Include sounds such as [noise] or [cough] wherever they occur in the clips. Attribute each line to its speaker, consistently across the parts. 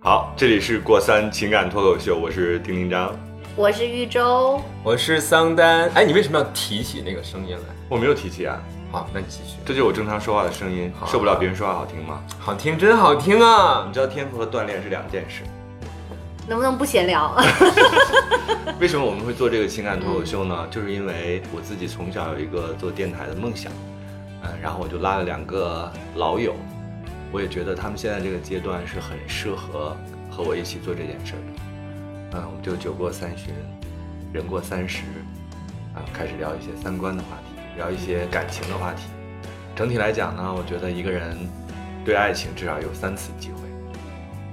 Speaker 1: 好，这里是过三情感脱口秀，我是丁丁张，
Speaker 2: 我是玉州，
Speaker 3: 我是桑丹。哎，你为什么要提起那个声音来？
Speaker 1: 我没有提起啊，
Speaker 3: 好，那你继续。
Speaker 1: 这就是我正常说话的声音，
Speaker 3: 好
Speaker 1: 受不了别人说话好听吗？
Speaker 3: 好听，真好听啊
Speaker 1: 你！知道天赋和锻炼是两件事，
Speaker 2: 能不能不闲聊？
Speaker 1: [laughs] 为什么我们会做这个情感脱口秀呢？就是因为我自己从小有一个做电台的梦想，嗯，然后我就拉了两个老友，我也觉得他们现在这个阶段是很适合和我一起做这件事儿的。嗯，我们就酒过三巡，人过三十，啊，开始聊一些三观的话题，聊一些感情的话题。整体来讲呢，我觉得一个人对爱情至少有三次机会，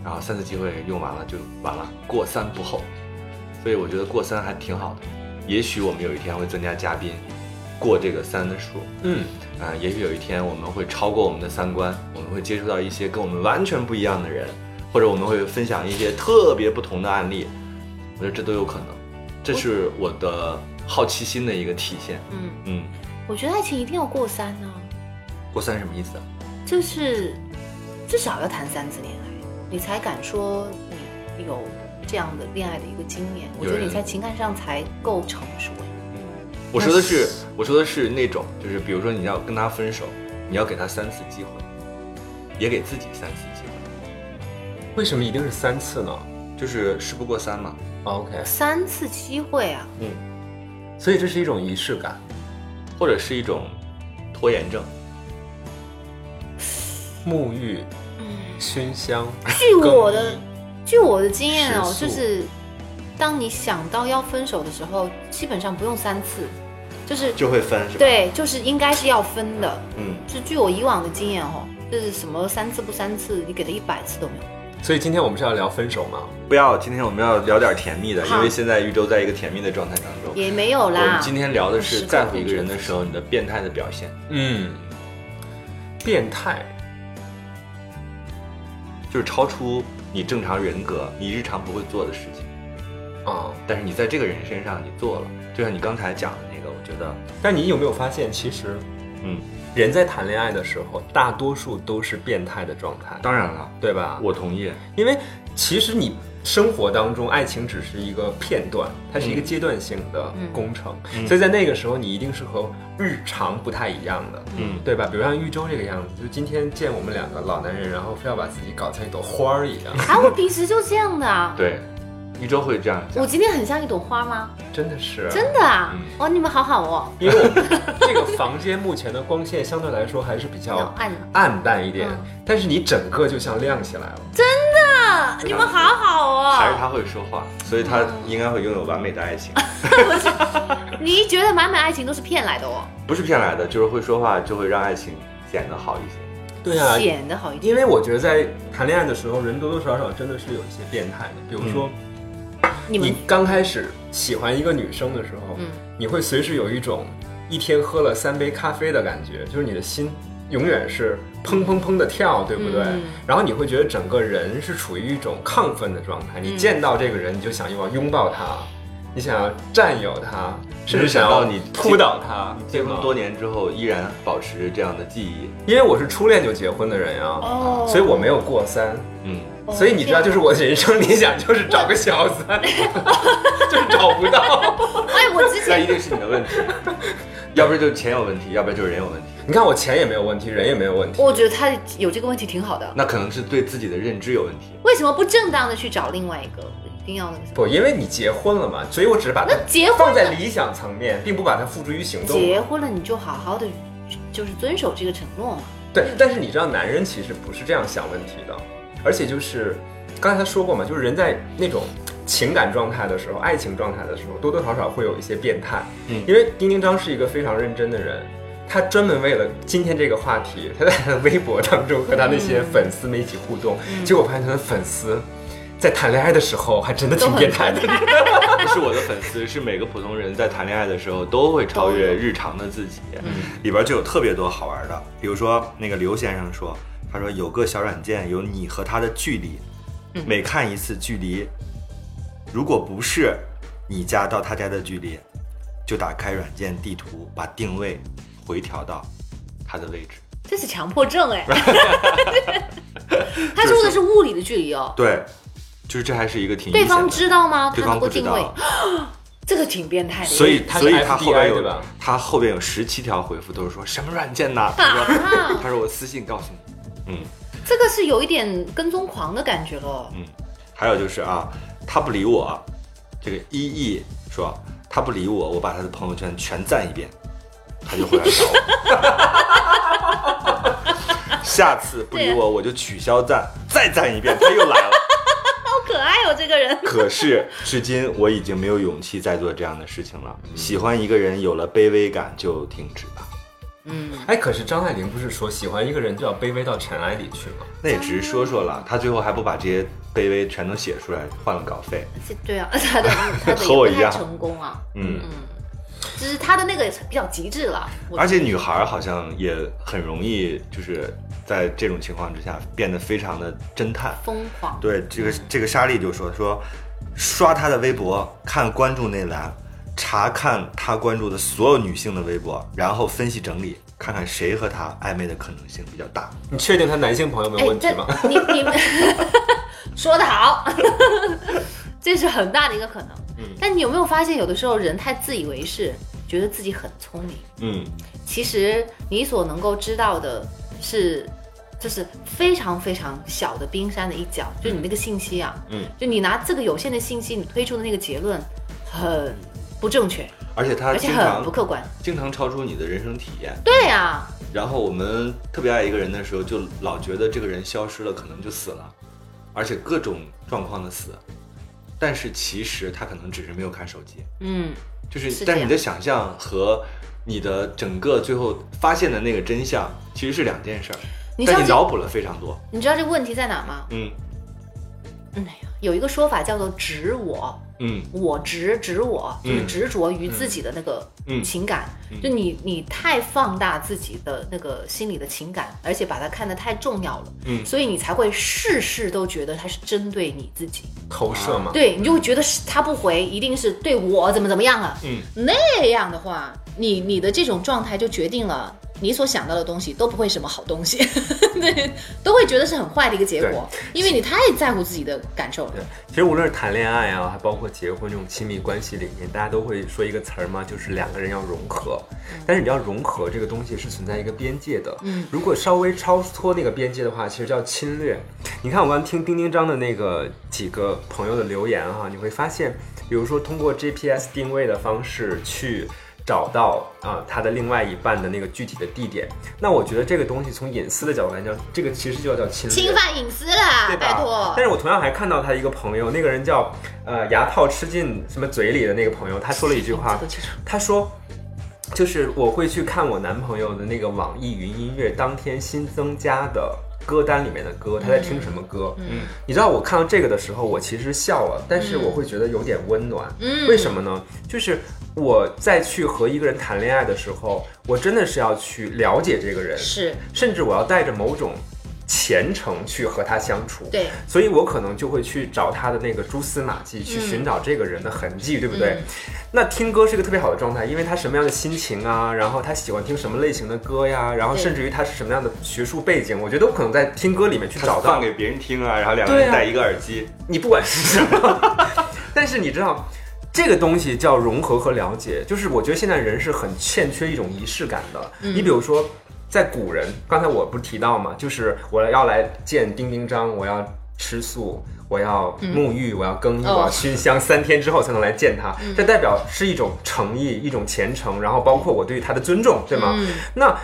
Speaker 1: 然后三次机会用完了就完了，过三不候。所以我觉得过三还挺好的。也许我们有一天会增加嘉宾，过这个三的数，
Speaker 3: 嗯，
Speaker 1: 啊、也许有一天我们会超过我们的三观，嗯我们会接触到一些跟我们完全不一样的人，或者我们会分享一些特别不同的案例，我觉得这都有可能，这是我的好奇心的一个体现。
Speaker 2: 嗯，
Speaker 1: 嗯，
Speaker 2: 我觉得爱情一定要过三呢、
Speaker 1: 过三什么意思啊？
Speaker 2: 就是至少要谈三次恋爱，你才敢说你有这样的恋爱的一个经验。我觉得
Speaker 1: 有人
Speaker 2: 你在情感上才够成熟哎。
Speaker 1: 我说的是，我说的是那种，就是比如说你要跟他分手，你要给他三次机会，也给自己三次机会，
Speaker 3: 为什么一定是三次呢哦
Speaker 1: 就是事不过三嘛。
Speaker 3: ？OK，
Speaker 2: 三次机会啊，
Speaker 1: 嗯，
Speaker 3: 所以这是一种仪式感。
Speaker 1: 或者是一种拖延症。
Speaker 3: 沐浴、
Speaker 2: 嗯，
Speaker 3: 熏香，
Speaker 2: 据我
Speaker 3: 更
Speaker 2: 的
Speaker 3: 衣
Speaker 2: 据我的经验哦，
Speaker 3: 食
Speaker 2: 就
Speaker 3: 宿
Speaker 2: 是当你想到要分手的时候，基本上不用三次，就是
Speaker 1: 就会分是吧？，
Speaker 2: 对，就是应该是要分的。
Speaker 1: 嗯，
Speaker 2: 就据我以往的经验哦，就是什么三次不三次，你给他一百次都没有。
Speaker 3: 所以今天我们是要聊分手吗？
Speaker 1: 不要，今天我们要聊点甜蜜的，
Speaker 2: 好
Speaker 1: 因为现在玉州在一个甜蜜的状态当中。
Speaker 2: 也没有
Speaker 1: 我
Speaker 2: 啦
Speaker 1: 们。今天聊的是
Speaker 2: 时刻
Speaker 1: 在乎一个人的时候，你的变态的表现，
Speaker 3: 嗯，变态。
Speaker 1: 就是超出你正常人格、你日常不会做的事情，
Speaker 3: 啊、
Speaker 1: 但是你在这个人身上你做了，就像你刚才讲的那个，我觉得，
Speaker 3: 但你有没有发现，其实
Speaker 1: 嗯，
Speaker 3: 人在谈恋爱的时候，大多数都是变态的状态，
Speaker 1: 当然了，
Speaker 3: 对吧？
Speaker 1: 我同意，
Speaker 3: 因为其实你生活当中，爱情只是一个片段，它
Speaker 2: 嗯
Speaker 3: 是一个阶段性的工程，所以在那个时候，你一定是和日常不太一样的。
Speaker 1: 嗯，
Speaker 3: 对吧？比如像玉州这个样子，就今天见我们两个老男人，然后非要把自己搞成一朵花儿一样，
Speaker 2: 啊，我平时就这样的啊。
Speaker 1: 对，玉州会这样讲
Speaker 2: 我，今天很像一朵花吗？
Speaker 3: 真的是。
Speaker 2: 真的啊！
Speaker 3: 嗯
Speaker 2: 哦，你们好好哦，
Speaker 3: 因为我们这个房间目前的光线相对来说还是比
Speaker 2: 要 [laughs]
Speaker 3: 较
Speaker 2: 按
Speaker 3: 暗淡一点
Speaker 2: 嗯，
Speaker 3: 但是你整个就像亮起来了。
Speaker 2: 啊，你们好好
Speaker 1: 还是
Speaker 2: 哦。
Speaker 1: 他会说话，所以他应该会拥有完美的爱情，
Speaker 2: 你觉得满满爱情都是骗来的哦，
Speaker 1: 不是骗来的，就是会说话就会让爱情显得好一些。
Speaker 3: 对啊，
Speaker 2: 显得好一点。
Speaker 3: 因为我觉得在谈恋爱的时候，人多多少少真的是有一些变态的，比如
Speaker 2: 嗯
Speaker 3: 说。
Speaker 2: 你们
Speaker 3: 你刚开始喜欢一个女生的时候，
Speaker 2: 嗯
Speaker 3: 你会随时有一种一天喝了三杯咖啡的感觉，就是你的心永远是砰砰砰的跳，对不对？啊
Speaker 2: 嗯
Speaker 3: 然后你会觉得整个人是处于一种亢奋的状态，你
Speaker 2: 嗯
Speaker 3: 见到这个人你就想要拥抱他，你想要占有他，甚至
Speaker 1: 想
Speaker 3: 想
Speaker 1: 到
Speaker 3: 要
Speaker 1: 你
Speaker 3: 扑倒他，
Speaker 1: 结
Speaker 3: 对
Speaker 1: 婚
Speaker 3: 吗
Speaker 1: 多年之后依然保持这样的记忆，
Speaker 3: 因为我是初恋就结婚的人呀、
Speaker 2: 哦
Speaker 3: 所以我没有过三。
Speaker 1: 嗯，
Speaker 2: 哦
Speaker 3: 所以你知道，就是我人生理想就是找个
Speaker 2: [laughs]
Speaker 3: 小三，就是找不到。
Speaker 2: 哎，我之
Speaker 1: 那
Speaker 2: 前
Speaker 1: 一定是你的问题， [laughs] 要不然就是钱有问题，要不然就是人有问题，
Speaker 3: 你看我钱也没有问题，人也没有问题，
Speaker 2: 我觉得他有这个问题挺好的，
Speaker 1: 那可能是对自己的认知有问题。
Speaker 2: 为什么不正当的去找另外一个？一定要那个什么？
Speaker 3: 不，因为你结婚了嘛，所以我只是把它
Speaker 2: 那结婚
Speaker 3: 放在理想层面，并不把它付诸于行动。
Speaker 2: 结婚了你就好好的，就是遵守这个承诺嘛。
Speaker 3: 对，但是你知道，男人其实不是这样想问题的，而且就是刚才他说过嘛，就是人在那种情感状态的时候、爱情状态的时候，多多少少会有一些变态。
Speaker 1: 嗯
Speaker 3: 因为丁丁张是一个非常认真的人。他专门为了今天这个话题，他在他的微博当中和他那些粉丝们一起互动，
Speaker 2: 嗯
Speaker 3: 结果发现他的粉丝在谈恋爱的时候还真的挺变态的。
Speaker 1: 不是我的粉丝，是每个普通人在谈恋爱的时候都会超越日常的自己。
Speaker 2: 嗯
Speaker 1: 里边就有特别多好玩的，比如说那个刘先生说，他说有个小软件有你和他的距离，
Speaker 2: 嗯
Speaker 1: 每看一次距离，如果不是你家到他家的距离，就打开软件地图，把定位回调到他的位置。 [laughs]
Speaker 2: 这是强迫症哎，他
Speaker 1: 就是
Speaker 2: 住的是物理的距离哦，
Speaker 1: 对，就是这还是一个挺
Speaker 2: 对
Speaker 1: 阴险
Speaker 2: 方
Speaker 1: 的
Speaker 2: 知道吗？
Speaker 1: 对
Speaker 2: 他能
Speaker 1: 方
Speaker 2: 够
Speaker 1: 不知
Speaker 2: 定位
Speaker 1: 道，，
Speaker 2: 这个挺变态的。
Speaker 1: 所以
Speaker 3: 他是
Speaker 1: 所以他后边
Speaker 3: FBI 对
Speaker 1: 有
Speaker 3: 吧
Speaker 1: 他后边有十七条回复都是说什么软件呐？他说
Speaker 2: 啊，
Speaker 1: [laughs]
Speaker 2: [laughs]
Speaker 1: 他说我私信告诉你，嗯。
Speaker 2: 这个是有一点跟踪狂的感觉了。
Speaker 1: 还有就是啊，他不理我，这个一亿说他不理我，我把他的朋友圈全赞一遍，他就会来找我。下次不理我，我就取消赞，再赞一遍，他又来了。 [laughs]
Speaker 2: 好可爱哦，这个人。
Speaker 1: 可是至今我已经没有勇气再做这样的事情
Speaker 3: 嗯
Speaker 1: 了。喜欢一个人有了卑微感就停止吧，
Speaker 2: 嗯，
Speaker 3: 哎，可是张爱玲不是说喜欢一个人就要卑微到尘埃里去吗？
Speaker 1: 那也只是说说了。他最后还不把这些卑微全都写出来，换了稿费。嗯
Speaker 2: 这对啊， [laughs] 他的他的也
Speaker 1: 和我
Speaker 2: 不
Speaker 1: 一
Speaker 2: 太
Speaker 1: 样
Speaker 2: 成功啊。
Speaker 1: 嗯
Speaker 2: 嗯，只是他的那个也是比较极致了。我
Speaker 1: 而且女孩儿好像也很容易，就是在这种情况之下变得非常的侦探。
Speaker 2: 疯狂。
Speaker 1: 对，这个这个莎莉就说说，刷她的微博，看关注那栏，查看她关注的所有女性的微博，然后分析整理，看看谁和她暧昧的可能性比较大。
Speaker 3: 你确定她男性朋友没
Speaker 2: 哎
Speaker 3: 有问，题
Speaker 2: 这
Speaker 3: 吗？
Speaker 2: 你你
Speaker 1: [laughs]
Speaker 2: 们说得好， [laughs] 这是很大的一个可能。
Speaker 1: 嗯
Speaker 2: 但你有没有发现，有的时候人太自以为是，觉得自己很聪明，
Speaker 1: 嗯，
Speaker 2: 其实你所能够知道的是，就是非常非常小的冰山的一角，就你那个信息啊，
Speaker 1: 嗯，
Speaker 2: 就你拿这个有限的信息，你推出的那个结论很不正确，
Speaker 1: 而且她
Speaker 2: 而且
Speaker 1: 经
Speaker 2: 很
Speaker 1: 常
Speaker 2: 不客观。
Speaker 1: 经常超出你的人生体验。
Speaker 2: 对啊呀、
Speaker 1: 然后我们特别爱一个人的时候，就老觉得这个人消失了，可能就死了，而且各种状况的死。但是其实他可能只是没有看手机，
Speaker 2: 嗯，
Speaker 1: 就是，
Speaker 2: 是这
Speaker 1: 但
Speaker 2: 样
Speaker 1: 是你的想象和你的整个最后发现的那个真相其实是两件事儿，
Speaker 2: 你知道
Speaker 1: 但你
Speaker 2: 这
Speaker 1: 脑补了非常多。
Speaker 2: 你知道这问题在哪吗？
Speaker 1: 嗯
Speaker 2: 嗯，哎呀有一个说法叫做“执我”，
Speaker 1: 嗯
Speaker 2: 我执执我，就是
Speaker 1: 嗯
Speaker 2: 执着于自己的那个
Speaker 1: 嗯
Speaker 2: 情感，
Speaker 1: 嗯
Speaker 2: 就你你太放大自己的那个心里的情感，而且把它看得太重要了，
Speaker 1: 嗯
Speaker 2: 所以你才会事事都觉得它是针对你自己，
Speaker 3: 投射
Speaker 1: 嗯
Speaker 3: 吗？
Speaker 2: 对你就会觉得是他不回，一定是对我怎么怎么样了。
Speaker 1: 嗯，
Speaker 2: 那样的话，你你的这种状态就决定了你所想到的东西都不会什么好东西， [laughs] 对，都会觉得是很坏的一个结果，因为你太在乎自己的感受了。
Speaker 3: 对，其实无论是谈恋爱啊，还包括结婚这种亲密关系里面，大家都会说一个词儿嘛，就是两个人要融合。但是你要融合这个东西是存在一个边界的，嗯，如果稍微超脱那个边界的话，其实叫侵略。你看我刚听丁丁张的那个几个朋友的留言哈、你会发现，比如说通过 GPS 定位的方式去。找到啊、他的另外一半的那个具体的地点，那我觉得这个东西从隐私的角度来讲，这个其实就要叫侵略。
Speaker 2: 侵犯隐私啦
Speaker 3: 对，吧
Speaker 2: 拜托
Speaker 3: 但。是我同样还看到他一个朋友，那个人叫呃牙套吃进什么嘴里的那个朋友，他说了一句话
Speaker 2: 这个，记住
Speaker 3: 他说。就是我会去看我男朋友的那个网易云音乐当天新增加的歌单里面的歌，他在听什么歌？嗯，你知道我看到这个的时候，我其实笑了，但是我会觉得有点温暖。
Speaker 2: 嗯
Speaker 3: 为什么呢？就是我在去和一个人谈恋爱的时候，我真的是要去了解这个人，
Speaker 2: 是
Speaker 3: 甚至我要带着某种虔诚去和他相处。
Speaker 2: 对，
Speaker 3: 所以我可能就会去找他的那个蛛丝马迹，去寻找这个人的痕迹，对不对？
Speaker 2: 嗯
Speaker 3: 那听歌是一个特别好的状态，因为他什么样的心情啊，然后他喜欢听什么类型的歌呀，然后
Speaker 2: 对
Speaker 3: 甚至于他是什么样的学术背景，我觉得我可能在听歌里面去
Speaker 1: 他
Speaker 3: 找
Speaker 1: 放
Speaker 3: 到。
Speaker 1: 给别人听啊，然后两个人
Speaker 3: 对啊
Speaker 1: 戴一个耳机，
Speaker 3: 你不管是什么， [laughs] 但是你知道。这个东西叫融合和了解，就是我觉得现在人是很欠缺一种仪式感的。你比如说，在古人，刚才我不是提到嘛，就是我要来见丁丁张，我要吃素，我要沐浴，我要更衣，
Speaker 2: 哦
Speaker 3: 我要熏香，三天之后才能来见他。这代表是一种诚意，一种虔诚，然后包括我对他的尊重，对吗？
Speaker 2: 嗯
Speaker 3: 那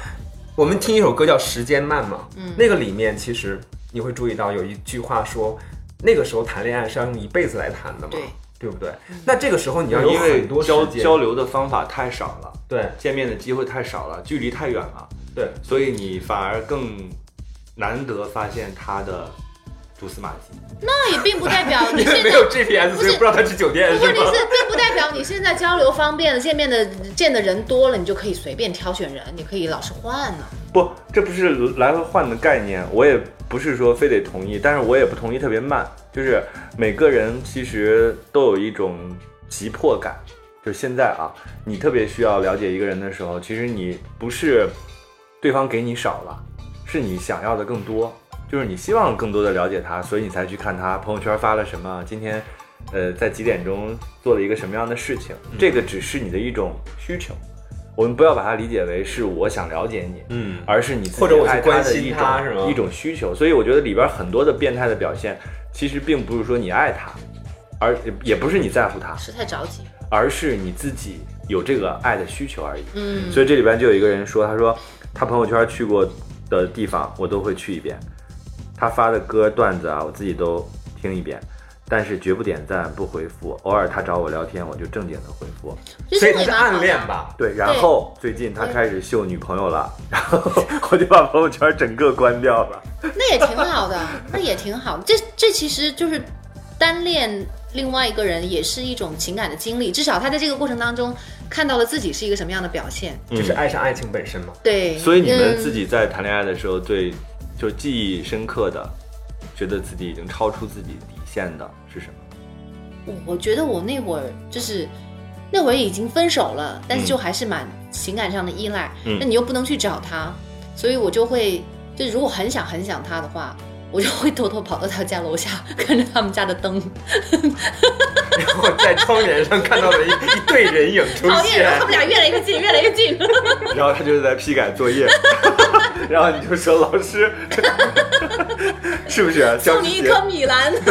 Speaker 3: 我们听一首歌叫《时间慢》嘛，那个里面其实你会注意到有一句话说，那个时候谈恋爱是要用一辈子来谈的嘛， [laughs]
Speaker 2: 对嗯
Speaker 3: 不对？那这个时候你要有
Speaker 1: 因为
Speaker 3: 很多时
Speaker 1: 交
Speaker 3: 间，
Speaker 1: 交流的方法太少了，
Speaker 3: 对
Speaker 1: 见面的机会太少了，距离太远了，
Speaker 3: 对，
Speaker 1: 所以你反而更难得发现他的蛛丝马迹。
Speaker 2: 那也并不代表你
Speaker 3: 因为
Speaker 2: 现
Speaker 3: [laughs] 没
Speaker 2: 在
Speaker 3: 有 GPS，
Speaker 2: 不
Speaker 3: 所以
Speaker 2: 是
Speaker 3: 不知道他去酒店是
Speaker 2: 问题
Speaker 3: 吗？
Speaker 2: 是，并不代表你现在交流方便了，见面的见的人多了，你就可以随便挑选人，你可以老是换呢、
Speaker 1: 不，这不是来回换的概念，我也不是说非得同意，但是我也不同意特别慢，就是每个人其实都有一种急迫感，就是现在啊，你特别需要了解一个人的时候，其实你不是对方给你少了，是你想要的更多，就是你希望更多的了解他，所以你才去看他朋友圈发了什么，今天，呃，在几点钟做了一个什么样的事情，这个只是你的一种需求，我们不要把它理解为是我想了解你，
Speaker 3: 嗯
Speaker 1: 而是你自己
Speaker 3: 或者我去
Speaker 1: 爱他
Speaker 3: 关
Speaker 1: 的
Speaker 3: 心
Speaker 1: 一
Speaker 3: 他是吗
Speaker 1: 种一种需求。所以我觉得里边很多的变态的表现，其实并不是说你爱他，而也不是你在乎他，
Speaker 2: 是太着急。
Speaker 1: 而是你自己有这个爱的需求而已。
Speaker 2: 嗯，
Speaker 1: 所以这里边就有一个人说，他说他朋友圈去过的地方，我都会去一遍。他发的歌段子啊，我自己都听一遍，但是绝不点赞不回复。偶尔他找我聊天，我就正经的回复。
Speaker 2: 其实
Speaker 3: 所
Speaker 2: 这个也
Speaker 3: 以他是
Speaker 2: 蛮好的
Speaker 3: 暗恋？吧？
Speaker 1: 对，然后最近他开始秀女朋友了，然后 [laughs] 我就把朋友圈整个关掉
Speaker 2: [laughs]
Speaker 1: 了。
Speaker 2: 那也挺好的， [laughs] 那也挺好的。这这其实就是单恋另外一个人，也是一种情感的经历。至少他在这个过程当中看到了自己是一个什么样的表现。
Speaker 3: 就是爱上爱情本身嘛。 [laughs]
Speaker 2: 对，
Speaker 1: 所以你们
Speaker 2: 嗯
Speaker 1: 自己在谈恋爱的时候，对，就记忆深刻的，觉得自己已经超出自己底线的是
Speaker 2: [laughs]
Speaker 1: 什么？
Speaker 2: 我我觉得我那会儿就是那会儿已经分手了，但
Speaker 3: 嗯
Speaker 2: 是就还是蛮情感上的依赖。
Speaker 1: 嗯
Speaker 2: 那你又不能去找他，所以我就会，就如果很想很想他的话，我就会偷偷跑到他家楼下，看着他们家的灯，
Speaker 3: 然后在窗帘上看到了一一对人影出
Speaker 2: 讨厌，
Speaker 3: 现
Speaker 2: 然后，他们俩越来越近，越来越近。
Speaker 1: 然后他就是在批改作业， [laughs] 然后你就说老师， [laughs] 是不是、啊？
Speaker 2: 送你一颗米兰，
Speaker 3: [laughs]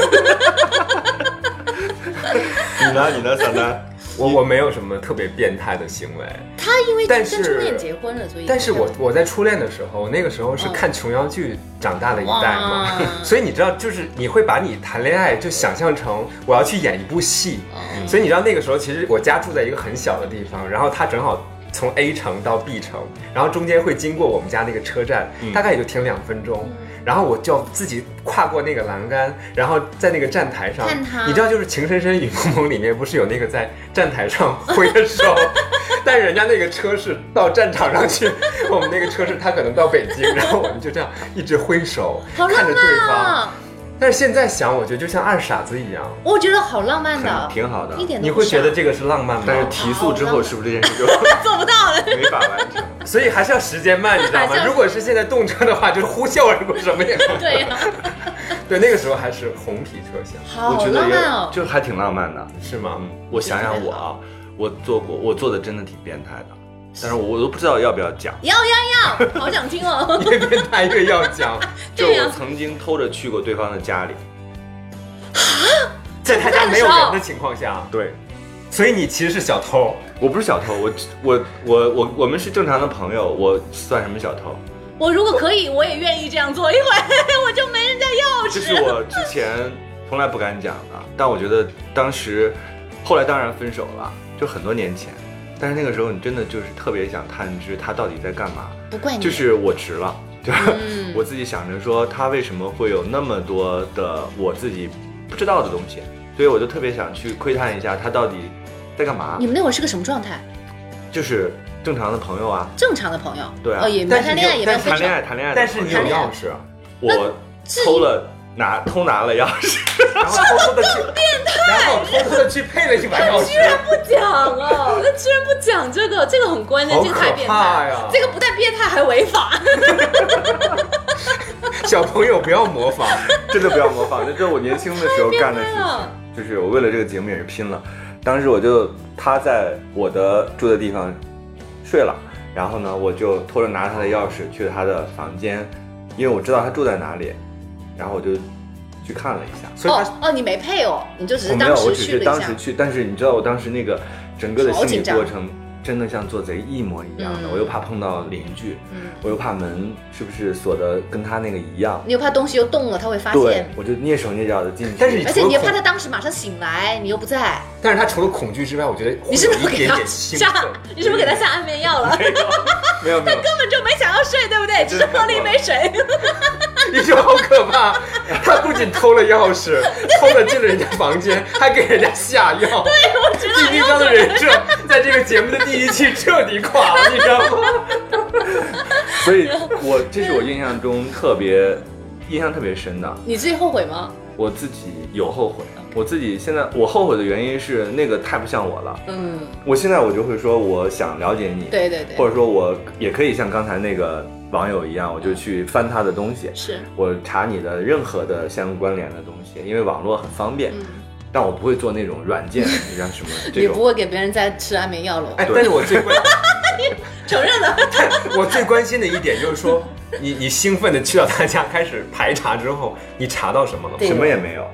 Speaker 1: 你呢？你呢？小丹？
Speaker 3: 我我没有什么特别变态的行为，
Speaker 2: 他因为
Speaker 3: 但
Speaker 2: 跟
Speaker 3: 是
Speaker 2: 初恋结婚了，所以
Speaker 3: 但是我我在初恋的时候，那个时候是看琼瑶剧长大的一代嘛，
Speaker 2: 嗯
Speaker 3: [laughs]
Speaker 2: 哇
Speaker 3: 所以你知道，就是你会把你谈恋爱就想象成我要去演一部戏，
Speaker 2: 嗯
Speaker 3: 所以你知道那个时候，其实我家住在一个很小的地方，然后他正好从 A 城到 B 城，然后中间会经过我们家那个车站，
Speaker 2: 嗯
Speaker 3: 大概也就停两分钟。然后我就要自己跨过那个栏杆，然后在那个站台上
Speaker 2: 看他，
Speaker 3: 你知道，就是《情深深雨蒙蒙》里面不是有那个在站台上挥
Speaker 2: [laughs]
Speaker 3: 着手，但人家那个车是到战场上去，我们那个车是他可能到北京，然后我们就这样一直挥手，
Speaker 2: [laughs] 好
Speaker 3: 看
Speaker 2: 浪
Speaker 3: 着
Speaker 2: 漫
Speaker 3: 对方。
Speaker 2: 啊！
Speaker 3: 但是现在想，我觉得就像二傻子一样，
Speaker 2: 我觉得好浪漫的，啊
Speaker 1: 挺好的
Speaker 2: 一点都
Speaker 3: 你
Speaker 2: 不
Speaker 3: 会觉
Speaker 2: 傻
Speaker 3: 得这个是浪漫吗？
Speaker 1: 但是提速之后，是不是这件事就 [laughs]
Speaker 2: 做不到的。
Speaker 1: 没法完成？
Speaker 3: 所以还是要时间 [laughs] 慢，你知道
Speaker 2: 还
Speaker 3: 吗
Speaker 2: 是？要
Speaker 3: 如果是现在动车的话，就是呼啸而过，什么也没有。
Speaker 2: 对啊呀、
Speaker 3: [laughs] 对，那个时候还是红皮车厢，
Speaker 1: 我
Speaker 2: 好
Speaker 1: 觉得
Speaker 2: 浪
Speaker 1: 也
Speaker 2: 漫哦！
Speaker 1: 就还挺浪漫的。
Speaker 3: 是吗？
Speaker 1: 嗯，我想想我啊，我做过，我做的真的挺变态的，但是我都不知道要不要
Speaker 2: [laughs]
Speaker 1: 讲。
Speaker 2: 要要要，好想听
Speaker 3: [laughs]
Speaker 2: 哦！
Speaker 3: [laughs] 越变态越要讲，
Speaker 1: 就
Speaker 2: 对呀
Speaker 1: 我曾经偷着去过对方的家里，
Speaker 3: 在他家没有人的情况下，
Speaker 1: 对
Speaker 3: 所以你其实是小偷。
Speaker 1: 我不是小偷，我我我我我们是正常的朋友，我算什么小偷？
Speaker 2: 我如果可以，我也愿意这样做一回， [laughs] 我就没人家钥
Speaker 1: 这
Speaker 2: 匙。
Speaker 1: 是我之前从来不敢讲的，但我觉得当时，后来当然分手了，就很多年前。但是那个时候你真的就是特别想探知他到底在干嘛，
Speaker 2: 不怪你，
Speaker 1: 就是我值了，就是
Speaker 2: 嗯
Speaker 1: 我自己想着说他为什么会有那么多的我自己不知道的东西，所以我就特别想去窥探一下他到底在干嘛
Speaker 2: 你，们那会儿是个什么状态？
Speaker 1: 就是正常的朋友啊，
Speaker 2: 正常的朋友，
Speaker 1: 对啊
Speaker 2: 哦，也没
Speaker 3: 但是
Speaker 2: 谈恋爱，
Speaker 3: 就
Speaker 2: 也没有分
Speaker 1: 谈
Speaker 2: 手
Speaker 1: 恋，爱谈恋爱的
Speaker 3: 但是
Speaker 1: 朋
Speaker 3: 你
Speaker 1: 友
Speaker 3: 有
Speaker 2: 谈恋爱
Speaker 3: 钥匙，啊
Speaker 1: 我
Speaker 2: 至于
Speaker 1: 偷了拿偷拿了钥匙。
Speaker 3: 然后偷偷的去，然后偷偷的去配了一把钥匙，
Speaker 2: 不讲哦，那居然不讲这个，这个很关键，
Speaker 3: 好
Speaker 2: 这个太
Speaker 3: 可
Speaker 2: 变
Speaker 3: 怕
Speaker 2: 态，
Speaker 3: 呀！
Speaker 2: 这个不但变态还违法。
Speaker 3: [laughs] 小朋友不要模仿，
Speaker 1: 真的不要模仿，这是我年轻的时候干的事
Speaker 2: [laughs] 太变态
Speaker 1: 情
Speaker 2: 了。
Speaker 1: 就是我为了这个节目也是拼了，当时我就他在我的住的地方睡了，然后呢，我就偷着拿他的钥匙去他的房间，因为我知道他住在哪里，然后我就去看了一下。
Speaker 3: 所以他
Speaker 2: 哦哦，你没配哦，你就只
Speaker 1: 我
Speaker 2: 是
Speaker 1: 没有，
Speaker 2: 当
Speaker 1: 我
Speaker 2: 时
Speaker 1: 只
Speaker 2: 去
Speaker 1: 是
Speaker 2: 了一
Speaker 1: 当
Speaker 2: 下
Speaker 1: 时。去，但是你知道我当时那个整个的
Speaker 2: 好
Speaker 1: 心
Speaker 2: 紧
Speaker 1: 理
Speaker 2: 张
Speaker 1: 过程，真的像做贼一模一样的。
Speaker 2: 嗯
Speaker 1: 我又怕碰到邻居，
Speaker 2: 嗯
Speaker 1: 我又怕门是不是锁的跟他那个一样，
Speaker 2: 你又怕东西又动了，他会发
Speaker 1: 对
Speaker 2: 现，，
Speaker 1: 我就蹑手蹑脚的进去。
Speaker 3: 但是你
Speaker 2: 而且你也怕他当时马上醒来，你又不在，
Speaker 3: 但是他除了恐惧之外，我觉得会
Speaker 2: 你是不是
Speaker 3: 有一
Speaker 2: 给
Speaker 3: 点
Speaker 2: 他
Speaker 3: 点兴奋
Speaker 2: 下，你是不是给他下安眠药了？
Speaker 1: 没有没有，
Speaker 2: 根本就没想要睡，对不对？只是喝了一杯水。 [laughs]
Speaker 3: [laughs] 你说好可怕！他不仅偷了钥匙，偷了进了人家房间，还给人家下药。 [laughs] 对，我知道。第一章的人设在这个节目的第一期彻底垮 [laughs] 了，你知道吗？
Speaker 1: 所以我这是我印象中特别印象特别深的，
Speaker 2: 你自己后悔吗？
Speaker 1: 我自己有后悔。我自己现在我后悔的原因是那个太不像我了。
Speaker 2: 嗯，
Speaker 1: 我现在我就会说我想了解你，
Speaker 2: 对对对，
Speaker 1: 或者说我也可以像刚才那个网友一样，我就去翻他的东西，
Speaker 2: 是，
Speaker 1: 我查你的任何的相关联的东西，因为网络很方便。
Speaker 2: 嗯，
Speaker 1: 但我不会做那种软件，让什么这
Speaker 2: 也不
Speaker 1: 种。
Speaker 2: 会给别人再吃安眠药喽，
Speaker 3: 哎，
Speaker 1: 对
Speaker 3: 但是我最关
Speaker 2: 承认了。
Speaker 3: 我最关心的一点就是说，你你兴奋的去到他家开始排查之后，你查到什么了吗
Speaker 2: 对？
Speaker 1: 什么也没有，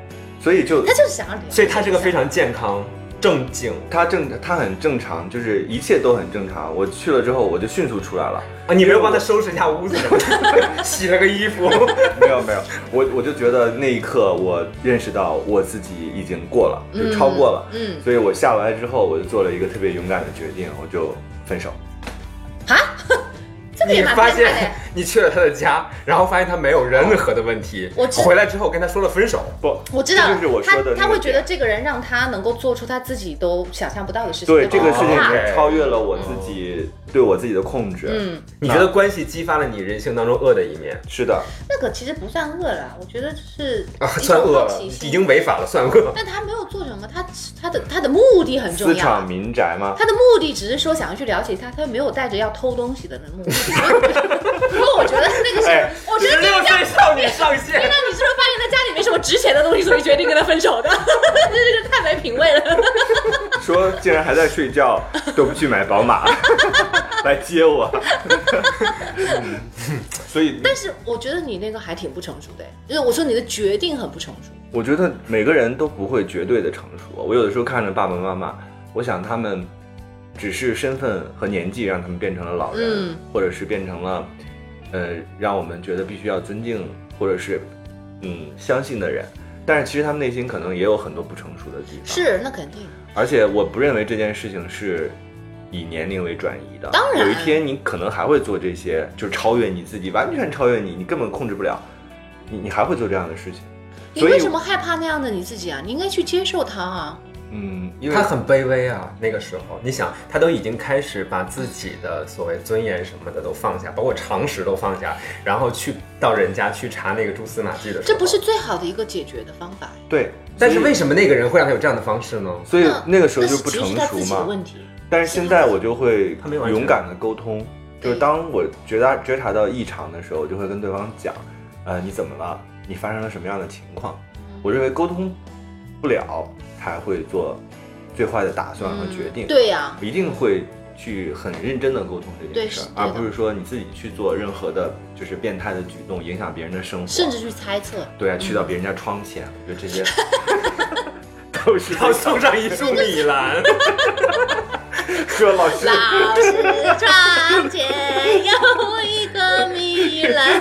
Speaker 1: 所以就
Speaker 2: [laughs] 他就是想要聊，
Speaker 3: 所以他是个非常健康、正经
Speaker 1: 他正他很正常，就是一切都很正常。我去了之后，我就迅速出来了。
Speaker 3: 啊，你没有帮他收拾一下屋子什么 [laughs] 的，洗了个衣服。
Speaker 1: [laughs] 没有没有，我我就觉得那一刻我认识到我自己已经过了，就超过了。
Speaker 2: 嗯，
Speaker 1: 所以我下完之后，我就做了一个特别勇敢的决定，我就分手。
Speaker 2: 这个
Speaker 3: 你
Speaker 2: 也蛮
Speaker 3: 发
Speaker 2: 变态的
Speaker 3: 现
Speaker 2: 呀。
Speaker 3: [laughs] 你去了他的家，然后发现他没有任何的问题，
Speaker 2: 我知
Speaker 3: 回来之后跟他说了分手。
Speaker 1: 不，
Speaker 2: 我知道
Speaker 1: 这就是我
Speaker 2: 了，
Speaker 1: 说的
Speaker 2: 他
Speaker 1: 那个点
Speaker 2: 他会觉得这个人让他能够做出他自己都想象不到的事情，
Speaker 1: 对
Speaker 2: 就
Speaker 1: 这个事
Speaker 2: 很
Speaker 1: 情已
Speaker 2: 怕
Speaker 1: 经超越了我自己对我自己的控制。
Speaker 2: 嗯，
Speaker 3: 你觉得关系激发了你人性当中恶的一面
Speaker 1: 是的，
Speaker 2: 那个其实不算恶啦，我觉得就是
Speaker 3: 啊？
Speaker 2: 一
Speaker 3: 算
Speaker 2: 种
Speaker 3: 恶
Speaker 2: 好
Speaker 3: 了，
Speaker 2: 奇心
Speaker 3: 已经违法了，算恶。
Speaker 2: 但他没有做什么，他他的他的目的很重
Speaker 1: 私
Speaker 2: 要啊
Speaker 1: 闯。民宅吗？
Speaker 2: 他的目的只是说想要去了解他，他没有带着要偷东西的那目 [laughs] 的。所以我觉得不过我觉得那个是，
Speaker 1: 哎
Speaker 2: [laughs] 我觉得这个家，
Speaker 3: 少女上
Speaker 2: 那
Speaker 3: 线，
Speaker 2: 你是不是发现他家里没什么值钱的东西，所以决定跟他分手 [laughs] 的？这就是太没品位了。
Speaker 1: 说竟然还在睡觉，都不去买宝马，来接我。 [laughs] 所以，
Speaker 2: 但是我觉得你那个还挺不成熟的，啊就是我说你的决定很不成熟。
Speaker 1: 我觉得每个人都不会绝对的成熟。啊我有的时候看着爸爸妈妈，我想他们只是身份和年纪让他们变成了老人，
Speaker 2: 嗯
Speaker 1: 或者是变成了呃让我们觉得必须要尊敬或者是嗯相信的人。但是其实他们内心可能也有很多不成熟的地方。，
Speaker 2: 是，那肯定。
Speaker 1: 而且我不认为这件事情是以年龄为转移的。
Speaker 2: 当然
Speaker 1: 有一天你可能还会做这些，就是超越你自己，完全超越你，你根本控制不了，你你还会做这样的事情。
Speaker 2: 你
Speaker 1: 所以
Speaker 2: 为什么害怕那样的你自己啊？你应该去接受他啊。
Speaker 1: 嗯，因为
Speaker 3: 他很卑微啊。那个时候，你想，他都已经开始把自己的所谓尊严什么的都放下，包括常识都放下，然后去到人家去查那个蛛丝马迹的时候，
Speaker 2: 这不是。最好的一个解决的方法。
Speaker 1: 对，
Speaker 3: 但是为
Speaker 1: 什
Speaker 3: 什么那个人会让他有这样的方式呢？
Speaker 1: 所以那个时候就不
Speaker 2: 那是其
Speaker 1: 成
Speaker 2: 实是他
Speaker 1: 熟
Speaker 2: 自己的
Speaker 1: 嘛？
Speaker 2: 问题。
Speaker 1: 但是现在我就会
Speaker 3: 他没完全
Speaker 1: 勇敢的沟通，就是当我觉察觉察到异常的时候，我就会跟对方讲，呃，你怎么了？你发生了什么样的情况？我认为沟通不了才会做最坏的打算和决定。
Speaker 2: 嗯对呀、
Speaker 1: 一定会去很认真的沟通这件事儿
Speaker 2: 对是对，的
Speaker 1: 而不是说你自己去做任何的，就是变态的举动，影响别人的生活，
Speaker 2: 甚至去嗯猜测。
Speaker 1: 对啊，去到别人家窗前，我觉得这
Speaker 2: [laughs]
Speaker 1: 些都是
Speaker 3: [laughs] 要送上一束米兰，
Speaker 1: 说老师
Speaker 2: 老师窗前有一个米兰。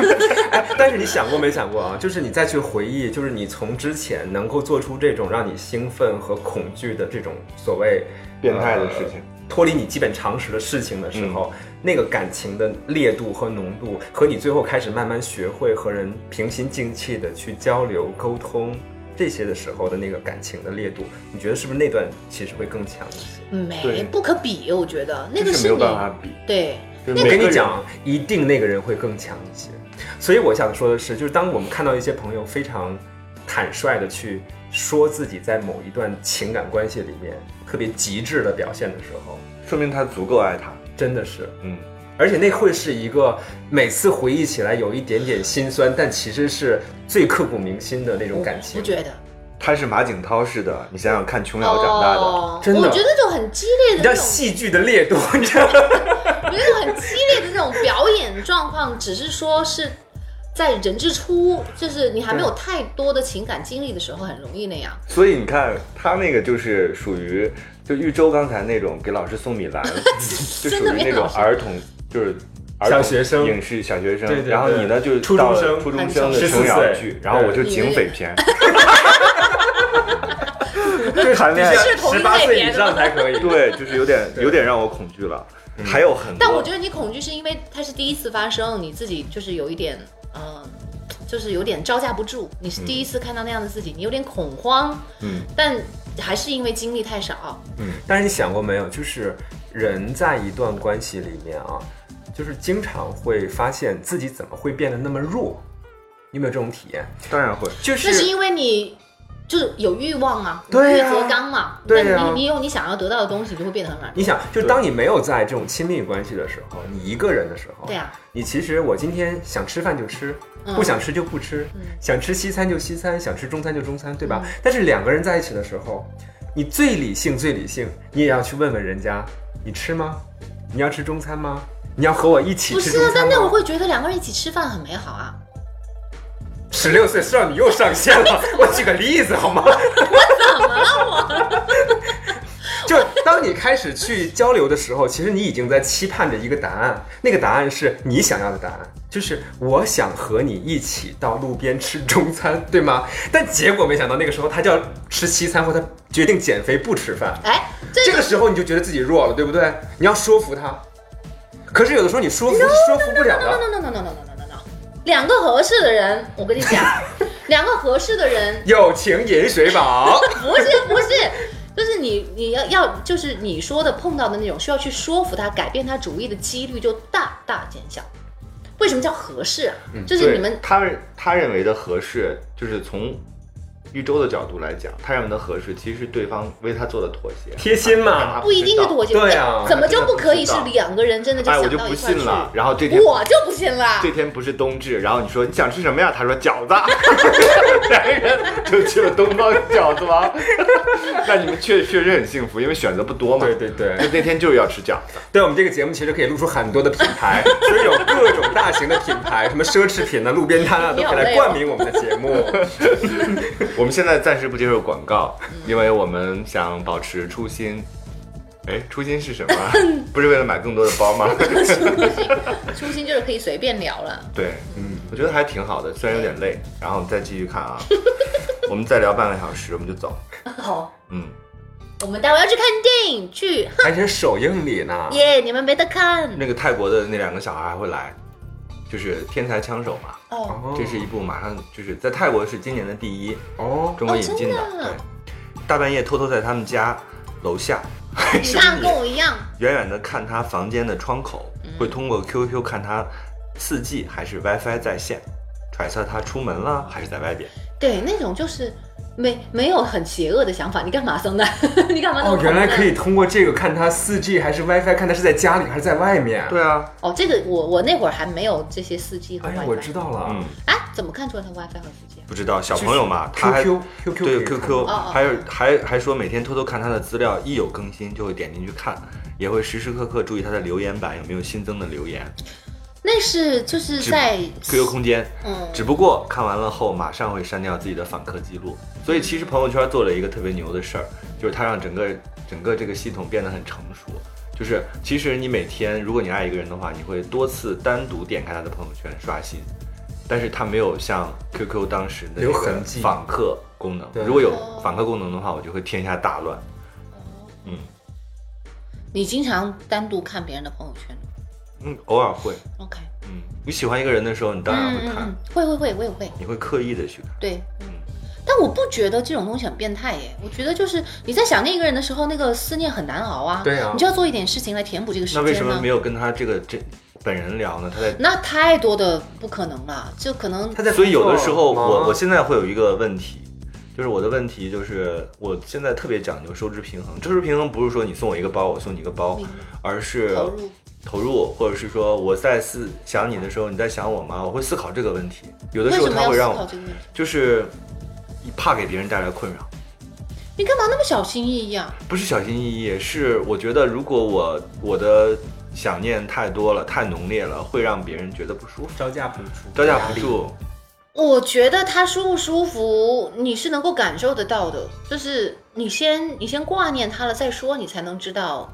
Speaker 3: 哎，但是你想过没想过啊？就是你再去回忆，就是你从之前能够做出这种让你兴奋和恐惧的这种所谓
Speaker 1: [laughs]
Speaker 3: 呃
Speaker 1: 变态的事情，嗯
Speaker 3: 脱离你基本常识的事情的时候，那个感情的烈度和浓度，和你最后开始慢慢学会和人平心静气的去交流沟通这些的时候的那个感情的烈度，你觉得是不是那段其实会更强一些？
Speaker 1: 对
Speaker 2: 没不可比，我觉得那
Speaker 1: 就
Speaker 2: 个
Speaker 1: 是没有
Speaker 2: 你
Speaker 1: 办法比。
Speaker 2: 对，
Speaker 1: 就是
Speaker 3: 我
Speaker 1: 每
Speaker 3: 跟
Speaker 1: 个
Speaker 3: 你
Speaker 1: 人
Speaker 3: 讲，一定那个人会更强一些。所以我想说的是，就是当我们看到一些朋友非常坦率的去说自己在某一段情感关系里面特别极致的表现的时候，
Speaker 1: 说明他足够爱他，
Speaker 3: 真的是，
Speaker 1: 嗯，
Speaker 3: 而且那会是一个每次回忆起来有一点点心酸，但其实是最刻骨铭心的那种
Speaker 2: 我
Speaker 3: 感情
Speaker 2: 不。觉得
Speaker 1: 他是马景涛似的，你想想看琼瑶长大的，
Speaker 2: 哦
Speaker 3: 真的
Speaker 2: 我觉得那种很激烈的
Speaker 3: 你知道
Speaker 2: 那种，
Speaker 3: 戏剧的烈度，你知道吗？
Speaker 2: 我觉得很激烈的那种表演状况，只是说是在人之初，就是你还没有太多的情感经历的时候，很容易那样。
Speaker 1: 所以你看他那个就是属于就玉州刚才那种给老师送米兰，就属
Speaker 2: 真的
Speaker 1: 于
Speaker 2: 没
Speaker 1: 那种
Speaker 2: 老师
Speaker 1: 儿童就是。儿
Speaker 3: 小
Speaker 1: 童
Speaker 3: 学生
Speaker 1: 影视小学生，
Speaker 3: 对对对
Speaker 1: 然后你呢就是
Speaker 3: 初中
Speaker 1: 到了
Speaker 3: 生
Speaker 1: 初中生的
Speaker 3: 很小
Speaker 1: 琼瑶
Speaker 3: 14
Speaker 1: 剧
Speaker 3: 岁，
Speaker 1: 然后我就警匪片，对，含
Speaker 3: [laughs]
Speaker 1: 恋爱
Speaker 2: 是同一
Speaker 3: 十八
Speaker 2: 类
Speaker 3: 岁
Speaker 2: 别
Speaker 3: 以
Speaker 2: 的
Speaker 3: 上才可以。
Speaker 1: 对，就是有点有点让我恐惧了。
Speaker 3: 嗯
Speaker 1: 还有很多，
Speaker 2: 但我觉得你恐惧是因为它是第一次发生，你自己就是有一点，嗯、就是有点招架不住。你是第一次看到那样的自己，你有点恐慌，
Speaker 1: 嗯，
Speaker 2: 但还是因为经历太少，
Speaker 3: 但是你想过没有，就是人在一段关系里面啊，就是经常会发现自己怎么会变得那么弱，你有没有这种体验？
Speaker 1: 当然会，
Speaker 3: 就
Speaker 2: 那是
Speaker 3: 是
Speaker 2: 因为你就是有欲望啊，
Speaker 3: 对
Speaker 2: 欲
Speaker 3: 啊
Speaker 2: 则刚嘛。
Speaker 3: 对
Speaker 2: 那
Speaker 3: 啊
Speaker 2: 你你有你想要得到的东西，你就会变得很软弱。
Speaker 3: 你想，就是当你没有在这种亲密关系的时候，你一个人的时候，
Speaker 2: 对啊，
Speaker 3: 你其实我今天想吃饭就吃，
Speaker 2: 嗯
Speaker 3: 不想吃就不吃，
Speaker 2: 嗯
Speaker 3: 想吃西餐就西餐，想吃中餐就中餐，对吧？但是两个人在一起的时候，你最理性最理性，你也要去问问人家，你吃吗？你要吃中餐吗？你要和我一起
Speaker 2: 不
Speaker 3: 吃
Speaker 2: 是
Speaker 3: 中
Speaker 2: 啊，
Speaker 3: 餐
Speaker 2: 但
Speaker 3: 吗？
Speaker 2: 那我会觉得两个人一起吃饭很美好啊。
Speaker 3: 十六岁少女又上线 [laughs] 了，我举个例子好吗？ [laughs] 我怎么了我？就当你开始去交流的时候，其实你已经在期盼着一个答案，那个答案是你想要的答案，就是我想和你一起到路边吃中餐，对吗？但结果没想到那个时候他就要吃西餐，或他决定减肥不吃饭，
Speaker 2: 哎，这
Speaker 3: 这个时候你就觉得自己弱了，对不对？你要说服他，可是有的时候你说服是说服不了
Speaker 2: no
Speaker 3: 的，
Speaker 2: no no no no no no no no no，两个合适的人，我跟你讲，两个合适的人
Speaker 3: 友情饮水饱。
Speaker 2: 不是不是， [laughs] 就是你你要要就是你说的碰到的那种需要去说服他改变他主意的几率就大大减小。为什么叫合适啊？就是
Speaker 1: 嗯对
Speaker 2: 你们
Speaker 1: 他认他认为的合适，就是从玉州的角度来讲，他认为的合适其实是对方为他做的妥协，
Speaker 3: 贴心嘛
Speaker 1: 让他
Speaker 2: 不一定是妥协，
Speaker 3: 对啊
Speaker 2: 怎么就不可以是
Speaker 1: 他真的不知道
Speaker 2: 两个人真的就
Speaker 1: 哎，
Speaker 2: 想
Speaker 1: 我就
Speaker 2: 到
Speaker 1: 不
Speaker 2: 一块
Speaker 1: 信
Speaker 2: 去？
Speaker 1: 了。然后这天
Speaker 2: 我就不信了。
Speaker 1: 这天不是冬至，然后你说你想吃什么呀？他说饺子， [laughs] 两个人就去了东方饺子王。 [laughs] 那你们确确实很幸福，因为选择不多嘛。
Speaker 3: [laughs] 对对对
Speaker 1: 就那天就是要吃饺子。
Speaker 3: 对我们这个节目其实可以录出很多的品牌，所以有各种大型的品牌，什么奢侈品呢、路边摊啊，都可
Speaker 2: 哦
Speaker 3: 以来冠名我们的节目。
Speaker 1: 我们现在暂时不接受广告，因为我们想保持初心。哎，初心是什
Speaker 3: [laughs]
Speaker 1: 么啊？不是为了买更多的包吗？
Speaker 2: [laughs] 初心就是可以随便聊
Speaker 3: [laughs]
Speaker 2: 了。
Speaker 1: 对，嗯，我觉得还挺好的，虽然有点累。然后我们再继续看啊，我们再聊半个小时我们就走。
Speaker 2: 好，
Speaker 1: 嗯，
Speaker 2: 我们待会儿要去看电影去，
Speaker 3: 而且首映礼呢，
Speaker 2: 耶！你们没得看
Speaker 1: 那个泰国的那两个小孩还会来，就是《天才枪手》嘛。
Speaker 2: 哦。
Speaker 3: 哦
Speaker 1: 这是一部马上就是在泰国是今年的第一，
Speaker 3: 哦，
Speaker 1: 中国引进的。
Speaker 2: 哦真的啊
Speaker 1: 对，大半夜偷偷在他们家楼下，还
Speaker 2: 你
Speaker 1: [laughs] 是
Speaker 2: 看，嗯跟
Speaker 1: 你
Speaker 2: 我一样，
Speaker 1: 远远的看他房间的窗口，会通过 QQ 看他四 G 还是 WiFi 在线，揣测他出门了还是在外边。
Speaker 2: 对，那种就是没没有很邪恶的想法，你干嘛生的？ [laughs] 你干嘛那么
Speaker 3: 哦，原来
Speaker 2: 恐怖呢
Speaker 3: 可以通过这个看他四 G 还是 WiFi，看他是在家里还是在外面。，
Speaker 1: 对啊，
Speaker 2: 哦，这个我我那会儿还没有这些四 G 和
Speaker 3: 哎
Speaker 2: WiFi，
Speaker 3: 呀，我知道了，
Speaker 1: 嗯，
Speaker 2: 啊，怎么看出来它 WiFi 和四 G 啊？
Speaker 1: 不知道小朋友嘛，他还
Speaker 3: QQ QQ
Speaker 1: 对
Speaker 3: 可以看
Speaker 1: QQ，
Speaker 2: 哦
Speaker 1: 还有还还说每天偷偷看他的资料，一有更新就会点进去看，也会时时刻刻注意他的留言板有没有新增的留言。
Speaker 2: 那是就是
Speaker 1: 只
Speaker 2: 在
Speaker 1: QQ 空间，
Speaker 2: 嗯
Speaker 1: 只不过看完了后马上会删掉自己的访客记录，所以其实朋友圈做了一个特别牛的事儿，就是它让整个整个这个系统变得很成熟。就是其实你每天如果你爱一个人的话，你会多次单独点开他的朋友圈刷新，但是它没有像 QQ 当时的
Speaker 3: 留
Speaker 1: 那个
Speaker 3: 痕迹
Speaker 1: 访客功能
Speaker 3: 对。
Speaker 1: 如果有
Speaker 2: 哦
Speaker 1: 访客功能的话，我就会天下大乱。嗯
Speaker 2: 你经常单独看别人的朋友圈吗
Speaker 1: 嗯，偶尔会，
Speaker 2: ？OK，嗯
Speaker 1: 嗯，你喜欢一个人的时候，你当然会看，，
Speaker 2: 会会会，我也会，
Speaker 1: 你会刻意的去看。
Speaker 2: 对。
Speaker 1: 嗯，
Speaker 2: 但我不觉得这种东西很变态耶，我觉得就是你在想念一个人的时候，那个思念很难熬啊。
Speaker 3: 对啊
Speaker 2: 你就要做一点事情来填补这个时间
Speaker 1: 那
Speaker 2: 啊。
Speaker 1: 为什么没有跟他这个这本人聊呢？他在
Speaker 2: 那太多的不可能了，就可能
Speaker 3: 他在
Speaker 1: 所以有的
Speaker 3: 工作
Speaker 1: 时候我
Speaker 3: 忙
Speaker 1: 我现在会有一个问题，就是我的问题就是我现在特别讲究收支平衡。收支平衡不是说你送我一个包，我送你一个包
Speaker 2: 明白，
Speaker 1: 而是
Speaker 2: 投入。
Speaker 1: 投入，或者是说我在思想你的时候，你在想我吗？我会思考这个问题。有的
Speaker 2: 为
Speaker 1: 时候
Speaker 2: 什么
Speaker 1: 他
Speaker 2: 要
Speaker 1: 会
Speaker 2: 思
Speaker 1: 让
Speaker 2: 考
Speaker 1: 我
Speaker 2: 这个问题？
Speaker 1: 就是怕给别人带来困扰。
Speaker 2: 你干嘛那么小心翼翼啊？
Speaker 1: 不是小心翼翼，是我觉得如果我我的想念太多了、太浓烈了，会让别人觉得不舒服，
Speaker 3: 招架不住，
Speaker 1: 招架不住。
Speaker 2: 我觉得他舒不舒服，你是能够感受得到的。就是你先你先挂念他了再说，你才能知道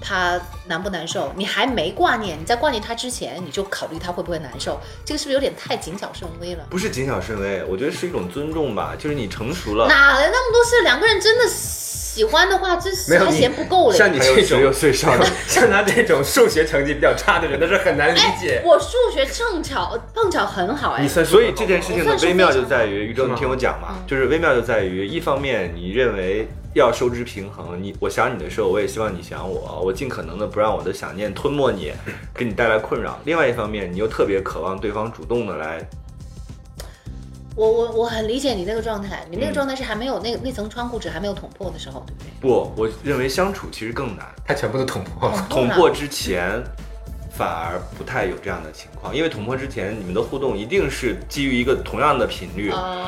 Speaker 2: 他难不难受。你还没挂念，你在挂念他之前，你就考虑他会不会难受，这个是不是有点太谨小慎微了？
Speaker 1: 不是谨小慎微，我觉得是一种尊重吧，就是你成熟了。
Speaker 2: 哪来那么多事？两个人真的喜欢的话，这
Speaker 3: 没有
Speaker 2: 还
Speaker 3: 你
Speaker 2: 嫌不够嘞。
Speaker 3: 像你
Speaker 1: 还有
Speaker 3: 这
Speaker 1: 16
Speaker 3: 种
Speaker 1: 岁少女，
Speaker 3: [laughs] 像他这种数学成绩比较差的人，那是很难理解。
Speaker 2: 我数学正巧碰巧很好哎
Speaker 3: 你，算数
Speaker 1: 所以
Speaker 3: 学
Speaker 1: 这
Speaker 3: 好
Speaker 1: 件
Speaker 3: 吗
Speaker 1: 事情的微妙就在于，宇宙，你听我讲嘛
Speaker 2: 嗯，
Speaker 1: 就是微妙就在于，一方面你认为要收支平衡，你我想你的时候，我也希望你想我，我尽可能的不让我的想念吞没你，给你带来困扰；另外一方面，你又特别渴望对方主动的来
Speaker 2: 我我我很理解你那个状态，你
Speaker 1: 嗯
Speaker 2: 那个状态是还没有那那层窗户纸还没有捅破的时候，对不对？
Speaker 1: 不，我认为相处其实更难。
Speaker 3: 他全部都捅破了。
Speaker 1: 捅破之前，反而不太有这样的情况，因为捅破之前你们的互动一定是基于一个同样的频率，
Speaker 2: 哦，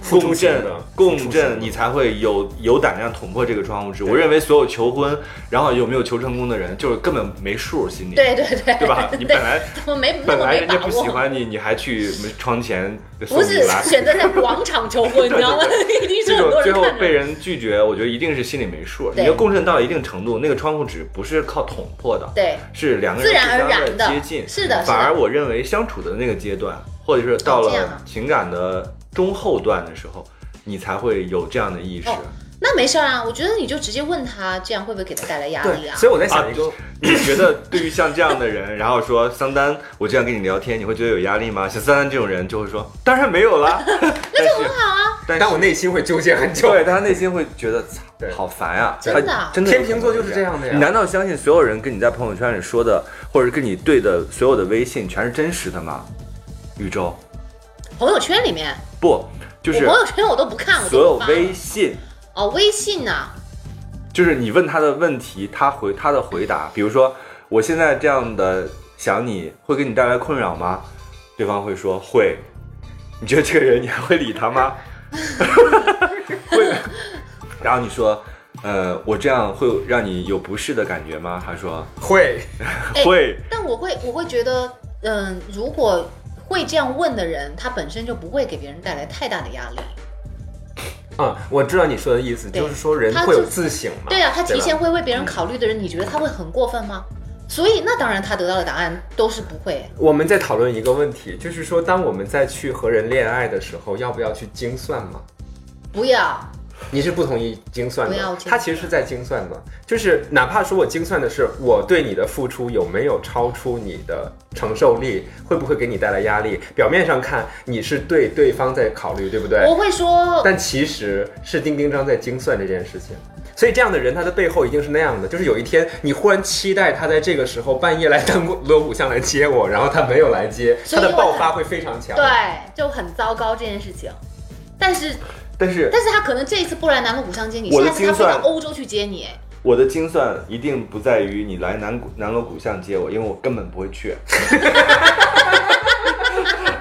Speaker 3: 付出
Speaker 1: 共
Speaker 3: 型
Speaker 1: 振
Speaker 3: 的付
Speaker 1: 共
Speaker 3: 出
Speaker 1: 振，
Speaker 3: 型
Speaker 1: 你才会有有胆量捅破这个窗户纸。我认为所有求婚，然后有没有求成功的人，就是根本没数心里，
Speaker 2: 对对 [laughs] 对，
Speaker 1: 对吧？你本来
Speaker 2: 怎么没那
Speaker 1: 本
Speaker 2: 么
Speaker 1: 来
Speaker 2: 没
Speaker 1: 人家
Speaker 2: 把
Speaker 1: 不喜
Speaker 2: 握？
Speaker 1: 欢你，你还去窗前送
Speaker 2: 不
Speaker 1: 你
Speaker 2: 是
Speaker 1: 拉
Speaker 2: 选择在广场求
Speaker 1: [laughs]
Speaker 2: 婚，你知道吗？ [laughs] 一定
Speaker 1: 这
Speaker 2: 是
Speaker 1: 种
Speaker 2: 很
Speaker 1: [laughs]
Speaker 2: 多
Speaker 1: 最
Speaker 2: 人
Speaker 1: 后
Speaker 2: 看
Speaker 1: 被
Speaker 2: 着。
Speaker 1: 人拒绝，我觉得一定是心里没数。
Speaker 2: 对
Speaker 1: 你的共振到了一定程度，那个窗户纸不是靠捅破的，
Speaker 2: 对，
Speaker 1: 是两个人
Speaker 2: 自然而
Speaker 1: 互相
Speaker 2: 然的
Speaker 1: 接近。
Speaker 2: 是的是的
Speaker 1: 反而我认为相处的那个阶段，或者是到
Speaker 2: 哦这样啊
Speaker 1: 了情感的中后段的时候，你才会有这样的意识。
Speaker 2: 哦那没事儿啊，我觉得你就直接问他，这样会不会给他带来压力
Speaker 3: 对，
Speaker 2: 啊？
Speaker 3: 所以我在想一个，
Speaker 1: 你觉得对于像这样的人，然后说桑丹，我这样跟你聊天，你会觉得有压力吗？像桑丹这种人就会说，当然没有
Speaker 2: [laughs]
Speaker 1: 啦。但是但
Speaker 3: 但
Speaker 1: 是
Speaker 3: 我内心会纠结很久。
Speaker 1: 对，但他内心会觉得，操
Speaker 3: 对，
Speaker 1: 好烦啊！
Speaker 2: 真的
Speaker 1: 他
Speaker 2: 啊
Speaker 1: 真的有
Speaker 3: 天秤座就是这样的呀
Speaker 1: 你难道相信所有人跟你在朋友圈里说的，或者跟你对的所有的微信全是真实的吗？宇宙
Speaker 2: 朋友圈里面，
Speaker 1: 不，就是
Speaker 2: 我朋友圈我都不看，我
Speaker 1: 所有
Speaker 2: 都不发
Speaker 1: 微信，
Speaker 2: 哦微信呐、
Speaker 1: 就是你问他的问题，他回他的回答，比如说我现在这样的想你会给你带来困扰吗？对方会说会。你觉得这个人你还会理他吗？ [laughs] 会。然后你说，呃，我这样会让你有不适的感觉吗？他说
Speaker 3: 会，
Speaker 2: 哎
Speaker 1: 会。
Speaker 2: 但我会我会觉得，嗯，如果会这样问的人，他本身就不会给别人带来太大的压力。
Speaker 1: 啊
Speaker 3: 嗯，我知道你说的意思，
Speaker 2: 对
Speaker 3: 就是说人
Speaker 2: 他
Speaker 3: 会有
Speaker 2: 就
Speaker 3: 自省嘛。
Speaker 2: 对啊，他提
Speaker 3: 吧
Speaker 2: 前会为
Speaker 1: 嗯
Speaker 2: 别人考虑的人，你觉得他会很过分吗？所以那当然，他得到的答案都是不会。
Speaker 3: 我们在讨论一个问题，就是说，当我们在去和人恋爱的时候，要不要去精算嘛？
Speaker 2: 不要，
Speaker 3: 你是不同意精算
Speaker 2: 不要
Speaker 3: 的
Speaker 2: 精，算
Speaker 3: 他其实是在精算的，就是哪怕说我精算的是我对你的付出有没有超出你的承受力，会不会给你带来压力？表面上看你是对对方在考虑，对不对？
Speaker 2: 我会说，
Speaker 3: 但其实是丁丁章在精算这件事情。所以这样的人，他的背后一定是那样的，就是有一天你忽然期待他在这个时候半夜来当 [laughs] 锣鼓巷来接我，然后他没有来接，
Speaker 2: 所
Speaker 3: 他
Speaker 2: 以
Speaker 3: 的
Speaker 2: 我
Speaker 3: 爆发会非常强。
Speaker 2: 对，就很糟糕这件事情。但是，
Speaker 1: 但是
Speaker 2: 但是他可能这一次不来南锣鼓巷接你，
Speaker 1: 我的
Speaker 2: 下次他
Speaker 1: 精
Speaker 2: 飞
Speaker 1: 算
Speaker 2: 到欧洲去接你，哎
Speaker 1: 我的精算一定不在于你来南南锣鼓巷接我，因为我根本不会去， [laughs]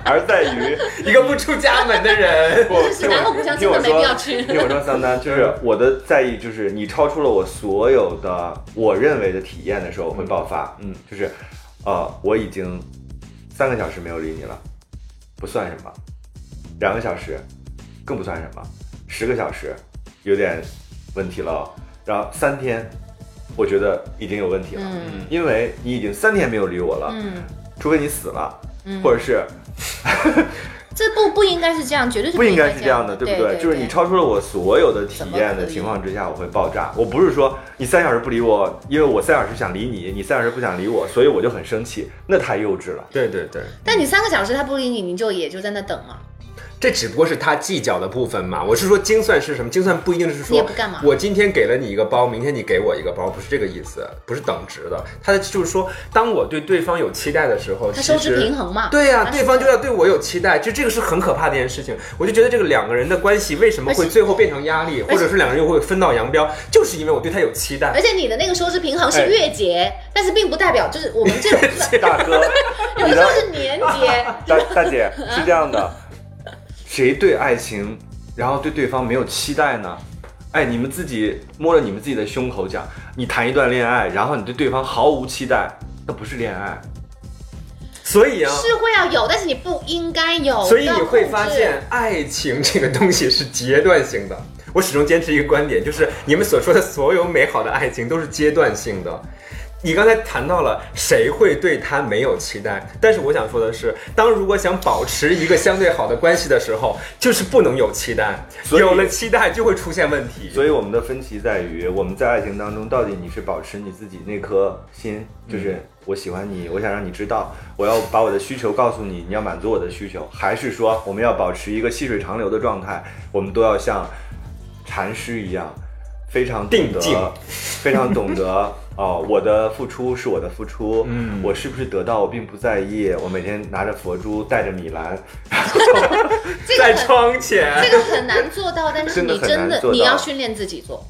Speaker 1: 而在于
Speaker 3: 一个不出家门的人，
Speaker 1: 不
Speaker 2: [laughs] 就是南锣鼓巷
Speaker 1: 听
Speaker 2: 真
Speaker 1: 我
Speaker 2: 的没
Speaker 1: 说，
Speaker 2: 必要去
Speaker 1: 听我说，桑丹，就是我的在意，就是你超出了我所有的我认为的体验的时候，我会爆发。嗯，就是，呃，我已经三个小时没有理你了，不算什么；两个小时更不算什么；十个小时有点问题了哦，然后三天，我觉得已经有问题了，
Speaker 2: 嗯
Speaker 1: 因为你已经三天没有理我了，
Speaker 2: [laughs] 嗯
Speaker 1: 除非你死了，
Speaker 2: 嗯，
Speaker 1: 或者是
Speaker 2: 这不不应该是这样，绝对是
Speaker 1: 不应该
Speaker 2: 该
Speaker 1: 是这样的，
Speaker 2: 对
Speaker 1: 不对？就是你超出了我所有的体验的情况之下，我会爆炸。我不是说你三小时不理我，因为我三小时想理你，你三小时不想理我，所以我就很生气，那太幼稚了。
Speaker 3: 对对对，
Speaker 2: 但你三个小时他不理你，你就也就在那等嘛。
Speaker 3: 这只不过是他计较的部分嘛。我是说精算是什么？精算不一定是
Speaker 2: 你也
Speaker 3: 说
Speaker 2: 不干嘛
Speaker 3: 我今天给了你一个包，明天你给我一个包，不是这个意思，不是等值的。他的就是说，当我对对方有期待的时候，
Speaker 2: 他收
Speaker 3: 其
Speaker 2: 支
Speaker 3: 实
Speaker 2: 平衡嘛。
Speaker 3: 对呀、
Speaker 2: 他是
Speaker 3: 对方就要对我有期待，就这个是很可怕的一件事情。我就觉得这个两个人的关系为什么
Speaker 2: 而
Speaker 3: 会
Speaker 2: 且
Speaker 3: 最后变成压力，或者是两个人又会分道扬镳，就是因为我对他有期待
Speaker 2: 而。且你的那个收支平衡
Speaker 1: 哎
Speaker 2: 是月结，但是并不代表就是我们这
Speaker 1: [laughs]
Speaker 2: 种
Speaker 1: 大哥，
Speaker 2: 有
Speaker 1: 你
Speaker 2: 的时
Speaker 1: 的
Speaker 2: 候是年
Speaker 1: [laughs]
Speaker 2: 结，
Speaker 1: 大大姐是这样的，谁对爱情，然后对对方没有期待呢？哎，你们自己摸着你们自己的胸口讲，你谈一段恋爱，然后你对对方毫无期待，那不是恋爱。
Speaker 3: 所以啊，
Speaker 2: 是会要有，但是你不应该有。
Speaker 3: 所以你会
Speaker 2: 要控制
Speaker 3: 发现，爱情这个东西是阶段性的。我始终坚持一个观点，就是你们所说的所有美好的爱情都是阶段性的。你刚才谈到了谁会对他没有期待，但是我想说的是，当如果想保持一个相对好的关系的时候，就是不能有期待，
Speaker 1: 所以
Speaker 3: 有了期待就会出现问题。
Speaker 1: 所以我们的分歧在于，我们在爱情当中，到底你是保持你自己那颗心，
Speaker 3: 嗯
Speaker 1: 就是我喜欢你，我想让你知道，我要把我的需求告诉你，你要满足我的需求，还是说我们要保持一个细水长流的状态，我们都要像禅师一样，非常懂
Speaker 3: [laughs] 定
Speaker 1: 得
Speaker 3: 静，
Speaker 1: 非常懂得。
Speaker 3: [laughs]
Speaker 1: 哦，我的付出是我的付出，
Speaker 3: 嗯
Speaker 1: 我是不是得到我并不在意，我每天拿着佛珠，带着米兰，
Speaker 2: 这个
Speaker 3: 在
Speaker 2: 很
Speaker 3: 窗前，
Speaker 2: 这个很难做到，但是
Speaker 1: 真的
Speaker 2: 你
Speaker 1: 很
Speaker 2: 真
Speaker 1: 难
Speaker 2: 的
Speaker 1: 做到
Speaker 2: 你要训练自己做，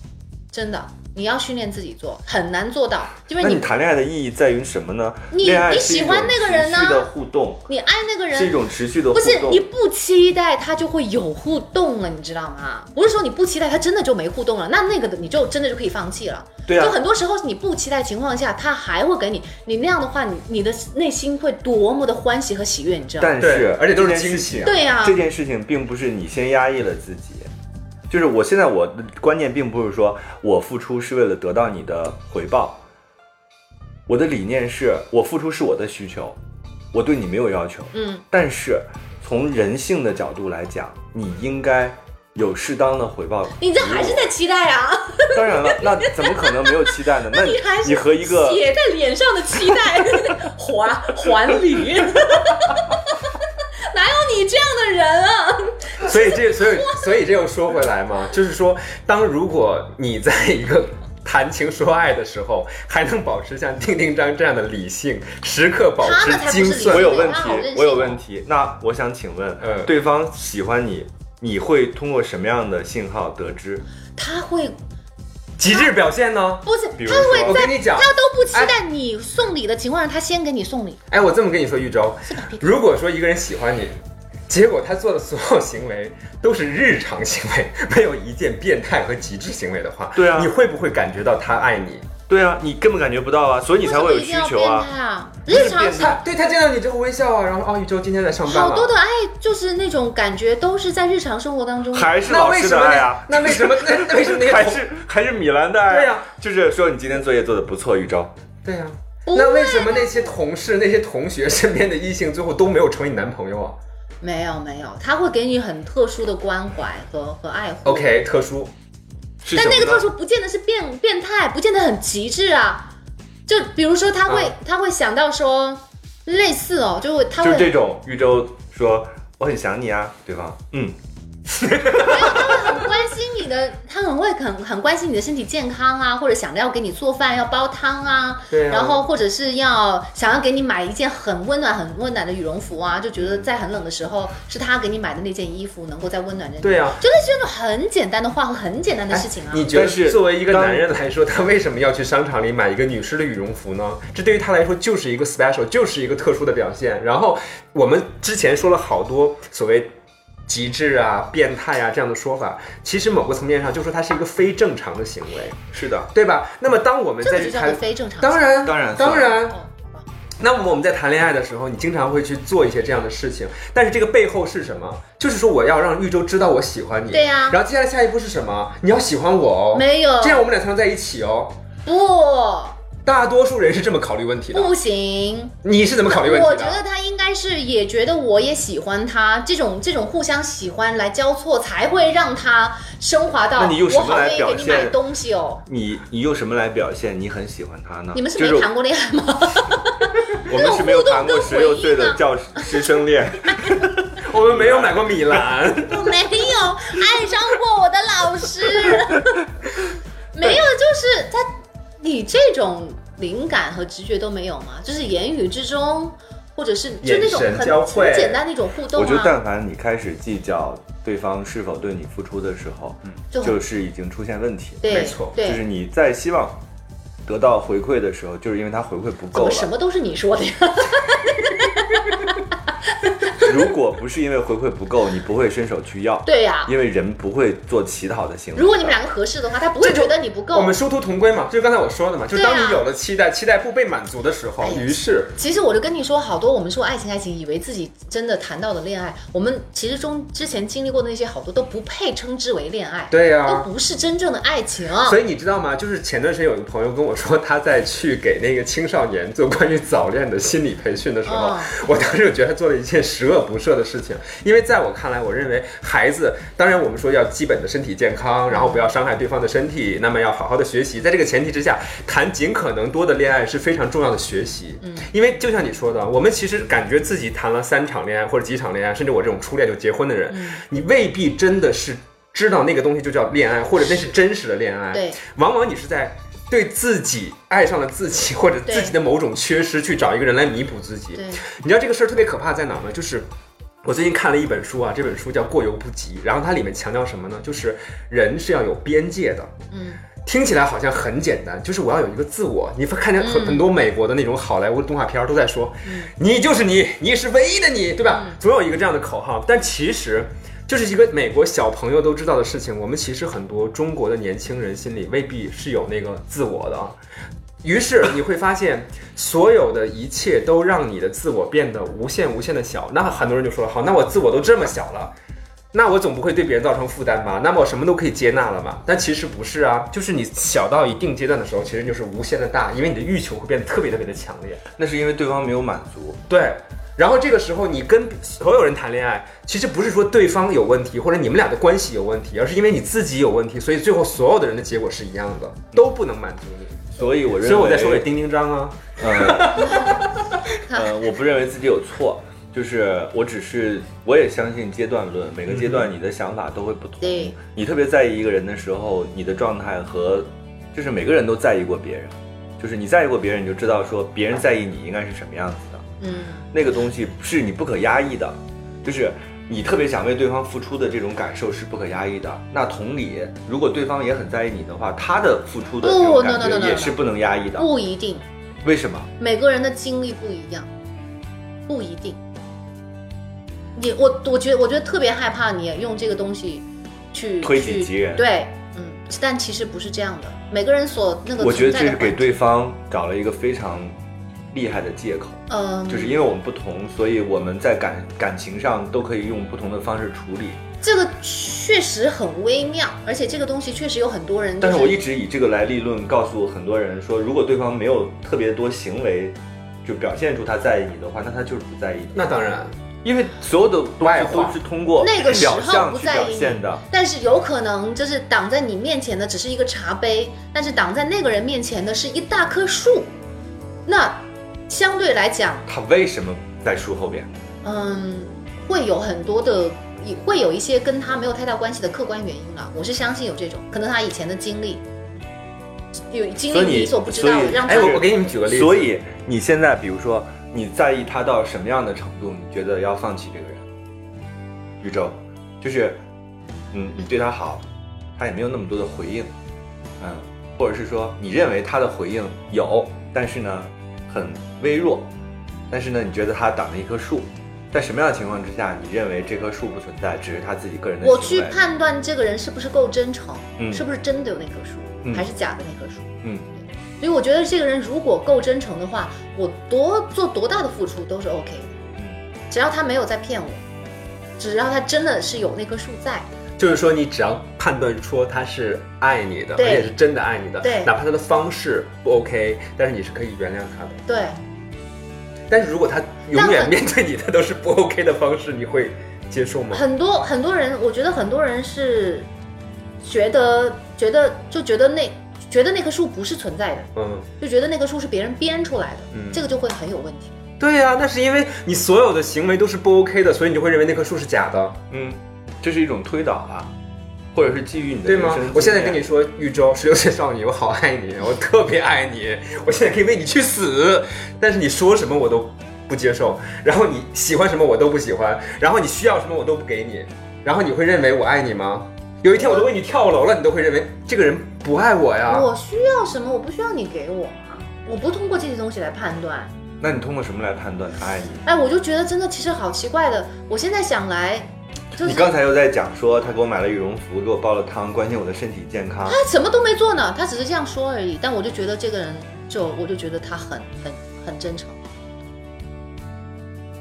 Speaker 2: 真的你要训练自己做，很难做到，因为
Speaker 1: 那你
Speaker 2: 你
Speaker 1: 谈恋爱的意义在于什么呢？
Speaker 2: 你
Speaker 1: 恋爱
Speaker 2: 你
Speaker 1: 是一
Speaker 2: 喜欢
Speaker 1: 种
Speaker 2: 那个人呢
Speaker 1: 持续的互动
Speaker 2: 你爱那个
Speaker 1: 是一
Speaker 2: 人。
Speaker 1: 种持续的互
Speaker 2: 不是
Speaker 1: 动。
Speaker 2: 你不期待他就会有互动了，你知道吗？不是说你不期待他真的就没互动了，那那个的你就真的就可以放弃了。
Speaker 1: 对啊
Speaker 2: 就很多时候你不期待情况下，他还会给你，你那样的话，你你的内心会多么的欢喜和喜悦，你知道吗？
Speaker 1: 但
Speaker 3: 对
Speaker 1: 是，
Speaker 3: 而且都是
Speaker 1: 这件
Speaker 3: 惊
Speaker 1: 事
Speaker 3: 喜
Speaker 1: 情
Speaker 3: 啊
Speaker 2: 对呀、
Speaker 1: 这件事情并不是你先压抑了自己，就是我现在我的观念并不是说我付出是为了得到你的回报，我的理念是我付出是我的需求，我对你没有要求。
Speaker 2: 嗯，
Speaker 1: 但是从人性的角度来讲，你应该有适当的回报。
Speaker 2: 你这还是在期待啊？
Speaker 1: 当然了，那怎么可能没有期
Speaker 2: [laughs]
Speaker 1: 待呢？那
Speaker 2: 你还是
Speaker 1: 你和一个
Speaker 2: 写在脸上的期待， [laughs] 还 [laughs] 还礼，哪有你这样的人啊？
Speaker 3: [laughs] 所以这，所以，所以这又说回来嘛，就是说，当如果你在一个谈情说爱的时候，还能保持像丁丁张这样的理性，时刻保
Speaker 2: 他
Speaker 3: 持
Speaker 2: 们才不是
Speaker 3: 精
Speaker 2: 理性
Speaker 3: 算
Speaker 1: 我，有问题
Speaker 2: 啊我任性，
Speaker 1: 我有问题。那我想请问，
Speaker 3: 嗯
Speaker 1: 对方喜欢你，你会通过什么样的信号得知？
Speaker 2: 他会
Speaker 3: 极致表现呢？
Speaker 2: 不是
Speaker 1: 比如
Speaker 2: 他会
Speaker 1: 说
Speaker 3: 我
Speaker 2: 在
Speaker 3: 跟你讲，
Speaker 2: 他都不期待你送礼的情况下，他先给你送礼，
Speaker 3: 哎，我这么跟你说，玉州，如果说一个人喜欢你，结果他做的所有行为都是日常行为，没有一件变态和极致行为的话，
Speaker 1: 对啊
Speaker 3: 你会不会感觉到他爱你？
Speaker 1: 对啊，你根本感觉不到啊，所以你才会有
Speaker 2: 为
Speaker 1: 需
Speaker 2: 什么一定
Speaker 1: 求
Speaker 2: 要变
Speaker 1: 啊。
Speaker 2: 态啊！日常
Speaker 1: 变态
Speaker 3: 他对他见到你之后微笑啊，然后哦，玉州今天在上班了。
Speaker 2: 好多的爱哎就是那种感觉，都是在日常生活当中。
Speaker 1: 还是
Speaker 3: 那
Speaker 1: 老
Speaker 3: 为
Speaker 1: 师
Speaker 3: 什
Speaker 1: 的
Speaker 3: 么
Speaker 1: 爱
Speaker 3: 那
Speaker 1: 啊，
Speaker 3: 那为什么那那为什么那个
Speaker 1: 还
Speaker 3: 同
Speaker 1: 是还是米兰的爱、
Speaker 3: 对啊，
Speaker 1: 就是说你今天作业做的不错，玉州。
Speaker 3: 对呀、
Speaker 2: 不
Speaker 3: 那为
Speaker 2: 会
Speaker 3: 什么那些同事、那些同学身边的异性最后都没有成为你男朋友啊
Speaker 2: 没有没有，他会给你很特殊的关怀和和爱护。
Speaker 3: ？OK，特殊，
Speaker 1: 是
Speaker 2: 但
Speaker 1: 什么
Speaker 2: 那
Speaker 1: 呢
Speaker 2: 个特殊不见得是变变态，不见得很极致啊。就比如说，他会、
Speaker 3: 啊
Speaker 2: 他会想到说，类似哦，就会他
Speaker 1: 就是这
Speaker 2: 会
Speaker 1: 种，玉州说我很想你啊，对方，嗯，
Speaker 2: 很关心你的，他很会很很关心你的身体健康啊，或者想着要给你做饭，要煲汤啊，
Speaker 3: 对啊
Speaker 2: 然后或者是要想要给你买一件很温暖很温暖的羽绒服啊，就觉得在很冷的时候是他给你买的那件衣服能够在温暖着你。
Speaker 3: 对啊哎
Speaker 2: 就类似于那种很简单的话和很简单的事情啊。
Speaker 3: 你觉
Speaker 1: 但
Speaker 3: 得
Speaker 1: 是
Speaker 3: 作为一个
Speaker 1: 当
Speaker 3: 男人来说，他为什么要去商场里买一个女士的羽绒服呢？这对于他来说就是一个 special，就是一个特殊的表现。然后我们之前说了好多所谓极致啊、变态啊这样的说法，其实某个层面上就说它是一个非正常的行为，
Speaker 1: 是的，
Speaker 3: 对吧？那么当我们
Speaker 2: 这
Speaker 3: 再
Speaker 2: 个
Speaker 3: 去
Speaker 2: 就叫做
Speaker 3: 谈，
Speaker 2: 非正常。
Speaker 3: 当然，
Speaker 1: 当然
Speaker 3: 当
Speaker 1: 算
Speaker 3: 然
Speaker 2: 哦。，好吧
Speaker 3: 那么我们在谈恋爱的时候，你经常会去做一些这样的事情，但是这个背后是什么？就是说我要让玉州知道我喜欢你。
Speaker 2: 对呀
Speaker 3: 然后接下来下一步是什么？你要喜欢我哦。
Speaker 2: 没有
Speaker 3: 这样我们俩才能在一起哦。
Speaker 2: 不。
Speaker 3: 大多数人是这么考虑问题的。
Speaker 2: 不行，
Speaker 3: 你是怎么考虑问题的？
Speaker 2: 我觉得他应该是也觉得我也喜欢他，这种这种互相喜欢来交错，才会让他升华到
Speaker 1: 那你用什
Speaker 2: 我
Speaker 1: 么
Speaker 2: 好
Speaker 1: 来
Speaker 2: 愿意给
Speaker 1: 表
Speaker 2: 你
Speaker 1: 现
Speaker 2: 买东西哦。
Speaker 1: 你你用什么来表现你很喜欢他呢？
Speaker 2: 你们是
Speaker 1: 就
Speaker 2: 没谈过恋爱吗？
Speaker 1: 啊我们是没有谈过
Speaker 2: 这种互动跟
Speaker 1: 十
Speaker 2: 回应
Speaker 1: 六
Speaker 2: 啊
Speaker 1: 岁的教师生恋，
Speaker 3: 我们没有买过米兰，
Speaker 2: 我没有爱上过我的老
Speaker 1: [laughs]
Speaker 2: 师，没有，就是他，你这种灵感和直觉都没有吗？就是言语之中，或者是就那种
Speaker 3: 眼神
Speaker 2: 很
Speaker 3: 交汇
Speaker 2: 很简单的一种互动
Speaker 1: 我觉得
Speaker 2: 啊，
Speaker 1: 但凡你开始计较对方是否对你付出的时候，
Speaker 2: 就很
Speaker 1: 就是已经出现问题。
Speaker 2: 对
Speaker 3: 没错
Speaker 1: 就
Speaker 2: 对
Speaker 1: 是，你在希望得到回馈的时候，就是因为他回馈不
Speaker 2: 怎
Speaker 1: 够
Speaker 2: 么什
Speaker 1: 了。
Speaker 2: 么都是你说的呀？
Speaker 1: 如果不是因为回馈不够，你不会伸手去要，
Speaker 2: 对呀、
Speaker 1: 因为人不会做乞讨的行为的。
Speaker 2: 如果你们两个合适的话，他不会
Speaker 3: 这就
Speaker 2: 觉得你不 [laughs]
Speaker 3: 我
Speaker 2: 够
Speaker 3: 们。殊途同归嘛，就是刚才我说的嘛，就是当
Speaker 2: 对啊
Speaker 3: 你有了期待，期待不被满足的时候，
Speaker 2: 哎呀
Speaker 3: 于是
Speaker 2: 其实我就跟你说，好多我们说爱情爱情，以为自己真的谈到了恋爱，我们其实中之前经历过的那些好多都不配称之为恋爱，
Speaker 3: 对呀、
Speaker 1: 啊
Speaker 2: 都不是真正的爱情。
Speaker 3: 所以你知道吗？就是前段时间有一个朋友跟我说，他在去给那个青少年做关于早恋的心理培训的时候，
Speaker 2: 嗯
Speaker 3: 我当时就觉得他做了一件十恶不赦的事情。因为在我看来，我认为孩子，当然我们说要基本的身体健康，然后不要伤害对方的身体，那么要好好的学习。在这个前提之下，谈尽可能多的恋爱是非常重要的学习。嗯，因为就像你说的，我们其实感觉自己谈了三场恋爱或者几场恋爱，甚至我这种初恋就结婚的人，你未必真的是。知道那个东西就叫恋爱，或者那是真实的恋爱。
Speaker 2: 对，
Speaker 3: 往往你是在对自己爱上了自己，或者
Speaker 2: 对
Speaker 3: 自己的某种缺失，去找一个人来弥补自己。
Speaker 2: 对，
Speaker 3: 你知道这个事儿特别可怕在哪儿吗？就是我最近看了一本书啊，这本书叫《过犹不及》，然后它里面强调什么呢？就是人是要有边界的。
Speaker 2: 嗯，
Speaker 3: 听起来好像很简单，就是我要有一个自我。你看见很很多美国的那种好莱坞动画片儿都在说，你就是你，你是唯一的你，对吧？总有一个这样的口号，但其实。就是一个美国小朋友都知道的事情，我们其实很多中国的年轻人心里未必是有那个自我的啊。于是你会发现，所有的一切都让你的自我变得无限无限的小。那很多人就说了，好，那我自我都这么小了，那我总不会对别人造成负担吧？那么我什么都可以接纳了嘛？但其实不是啊，就是你小到一定阶段的时候，其实就是无限的大，因为你的欲求会变得特别特别的强烈。
Speaker 1: 那是因为对方没有满足，
Speaker 3: 对，然后这个时候你跟所有人谈恋爱，其实不是说对方有问题或者你们俩的关系有问题，而是因为你自己有问题，所以最后所有的人的结果是一样的，都不能满足你。
Speaker 1: 所以我认为，
Speaker 3: 所以我在说给丁丁章啊，
Speaker 1: 呃，呃，我不认为自己有错，就是我只是我也相信阶段论，每个阶段你的想法都会不同。
Speaker 2: 对
Speaker 1: 你特别在意一个人的时候，你的状态和就是每个人都在意过别人，就是你在意过别人，你就知道说别人在意你应该是什么样子的。
Speaker 2: 嗯，
Speaker 1: 那个东西是你不可压抑的，就是你特别想为对方付出的这种感受是不可压抑的。那同理，如果对方也很在意你的话，他的付出的这种
Speaker 2: 不
Speaker 1: 感
Speaker 2: no, no, no,
Speaker 1: 觉
Speaker 2: no,
Speaker 1: 也是不能压抑的。
Speaker 2: 不一定，
Speaker 1: 为什么？
Speaker 2: 每个人的经历不一样，不一定。你我我觉得我觉得特别害怕你用这个东西去
Speaker 1: 推己
Speaker 2: 去
Speaker 1: 及人
Speaker 2: 对，嗯，但其实不是这样的，每个人所那个
Speaker 1: 我觉得
Speaker 2: 存
Speaker 1: 这
Speaker 2: 在的
Speaker 1: 是给
Speaker 2: 环
Speaker 1: 对方找了一个非常厉害的借口，
Speaker 2: 嗯，
Speaker 1: 就是因为我们不同，所以我们在感感情上都可以用不同的方式处理。
Speaker 2: 这个确实很微妙，而且这个东西确实有很多人、就
Speaker 1: 但
Speaker 2: 是
Speaker 1: 是我一直以这个来立论，告诉很多人说，如果对方没有特别多行为，就表现出他在意你的话，那他就是不在意你。
Speaker 3: 那当然，
Speaker 1: 因为所有的东
Speaker 3: 外
Speaker 1: 西
Speaker 3: 化
Speaker 1: 都是通过
Speaker 2: 那个时
Speaker 1: 表
Speaker 2: 候
Speaker 1: 象
Speaker 2: 不
Speaker 1: 去
Speaker 2: 在
Speaker 1: 表
Speaker 2: 意你
Speaker 1: 现的。，
Speaker 2: 但是有可能就是挡在你面前的只是一个茶杯，但是挡在那个人面前的是一大棵树。那相对来讲，
Speaker 1: 他为什么在树后边？
Speaker 2: 嗯，会有很多的，也会有一些跟他没有太大关系的客观原因啦。我是相信有这种，可能他以前的经历，有经
Speaker 1: 所以
Speaker 2: 历
Speaker 1: 你
Speaker 2: 所不知道
Speaker 1: 所
Speaker 2: 的，
Speaker 1: 以
Speaker 2: 让他
Speaker 3: 哎，我我给你们举个例子，
Speaker 1: 所以你现在，比如说你在意他到什么样的程度，你觉得要放弃这个人？宇宙，就是，嗯，你对他好，他也没有那么多的回应，嗯，或者是说你认为他的回应有，但是呢，很微弱，但是呢，你觉得他挡了一棵树，在什么样的情况之下，你认为这棵树不存在，只是他自己个人的行为？
Speaker 2: 我去判断这个人是不是够真诚，
Speaker 1: 嗯
Speaker 2: 是不是真的有那棵树，
Speaker 1: 嗯
Speaker 2: 还是假的那棵树。
Speaker 1: 嗯，
Speaker 2: 所以我觉得这个人如果够真诚的话，我多做多大的付出都是 OK 的，
Speaker 1: 嗯
Speaker 2: 只要他没有在骗我，只要他真的是有那棵树在。
Speaker 3: 就是说你只要判断说他是爱你的，而
Speaker 2: 对
Speaker 3: 且是真的爱你的，
Speaker 2: 对
Speaker 3: 哪怕他的方式不 OK，但是你是可以原谅他的。
Speaker 2: 对，
Speaker 3: 但是如果他永
Speaker 2: 但
Speaker 3: 远
Speaker 2: 很
Speaker 3: 面对你的都是不 OK 的方式，你会接受吗？
Speaker 2: 很多很多人，我觉得很多人是觉得觉得就觉得那觉得那棵树不是存在的，
Speaker 3: 嗯。
Speaker 2: 就觉得那棵树是别人编出来的，
Speaker 3: 嗯
Speaker 2: 这个就会很有问题。
Speaker 3: 对呀、那是因为你所有的行为都是不 OK 的，所以你就会认为那棵树是假的，
Speaker 1: 嗯，这是一种推导啊，或者是基于你的
Speaker 3: 对
Speaker 1: 人
Speaker 3: 吗
Speaker 1: 生？
Speaker 3: 我现在
Speaker 1: 经
Speaker 3: 跟
Speaker 1: 验
Speaker 3: 你说，玉州，十六岁少女，我好爱你，我特别爱你，我现在可以为你去死，但是你说什么我都不接受，然后你喜欢什么我都不喜欢，然后你需要什么我都不给你，然后你会认为我爱你吗？有一天我都为你跳楼了，你都会认为这个人不爱我呀？
Speaker 1: 啊
Speaker 3: [laughs]
Speaker 2: 我需要什么？我不需要你给我啊，我不通过这些东西来判断。
Speaker 1: 那你通过什么来判断他爱你？
Speaker 2: 哎，我就觉得真的其实好奇怪的。我现在想来，就是
Speaker 1: 你刚才又在讲说他给我买了羽绒服，给我煲了汤，关心我的身体健康。
Speaker 2: 他什么都没做呢，他只是这样说而已。但我就觉得这个人就，我就觉得他很很很真诚，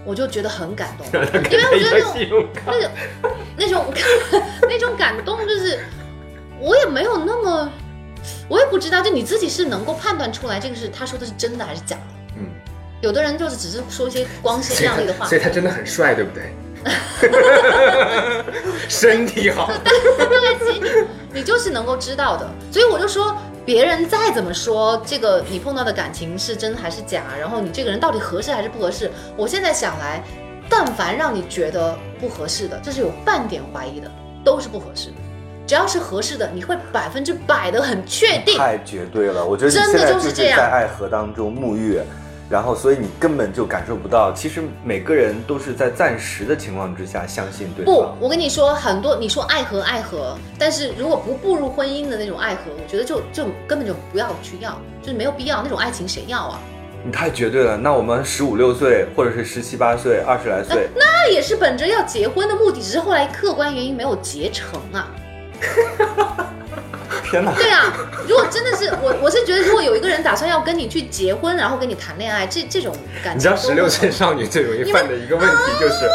Speaker 2: 我就觉得很感动，因为我觉得那种
Speaker 3: 信用卡
Speaker 2: 那种那种 [laughs] 那种感动，就是我也没有那么，我也不知道，就你自己是能够判断出来这个是他说的是真的还是假的。
Speaker 1: 嗯，
Speaker 2: 有的人就是只是说一些光鲜
Speaker 3: 所以
Speaker 2: 亮丽的
Speaker 3: 他
Speaker 2: 话
Speaker 3: 所，以他真的很帅，对不对？ [laughs] 身体
Speaker 2: [laughs]
Speaker 3: 好，
Speaker 2: 对不起，你就是能够知道的。所以我就说，别人再怎么说这个你碰到的感情是真还是假，然后你这个人到底合适还是不合适，我现在想来，但凡让你觉得不合适的，这是有半点怀疑的，都是不合适的。只要是合适的，你会百分之百的很确定。
Speaker 1: 太绝对了，我觉得你
Speaker 2: 真
Speaker 1: 现
Speaker 2: 的
Speaker 1: 在
Speaker 2: 就是
Speaker 1: 是
Speaker 2: 这样
Speaker 1: 在爱河当中沐浴，然后所以你根本就感受不到。其实每个人都是在暂时的情况之下相信对
Speaker 2: 不
Speaker 1: 方，，
Speaker 2: 我跟你说，很多你说爱和爱和，但是如果不步入婚姻的那种爱和，我觉得就就根本就不要去要，就是没有必要那种爱情谁要啊？
Speaker 1: 你太绝对了。那我们十五六岁，或者是十七八岁、二十来岁，
Speaker 2: 啊那也是本着要结婚的目的，只是后来客观原因没有结成啊。 [laughs]
Speaker 1: 天哪！
Speaker 2: 对啊，如果真的是我，我是觉得如果有一个人打算要跟你去结婚，然后跟你谈恋爱，这这种感情，
Speaker 3: 你知道十六岁少女最容易犯的一个问题就是，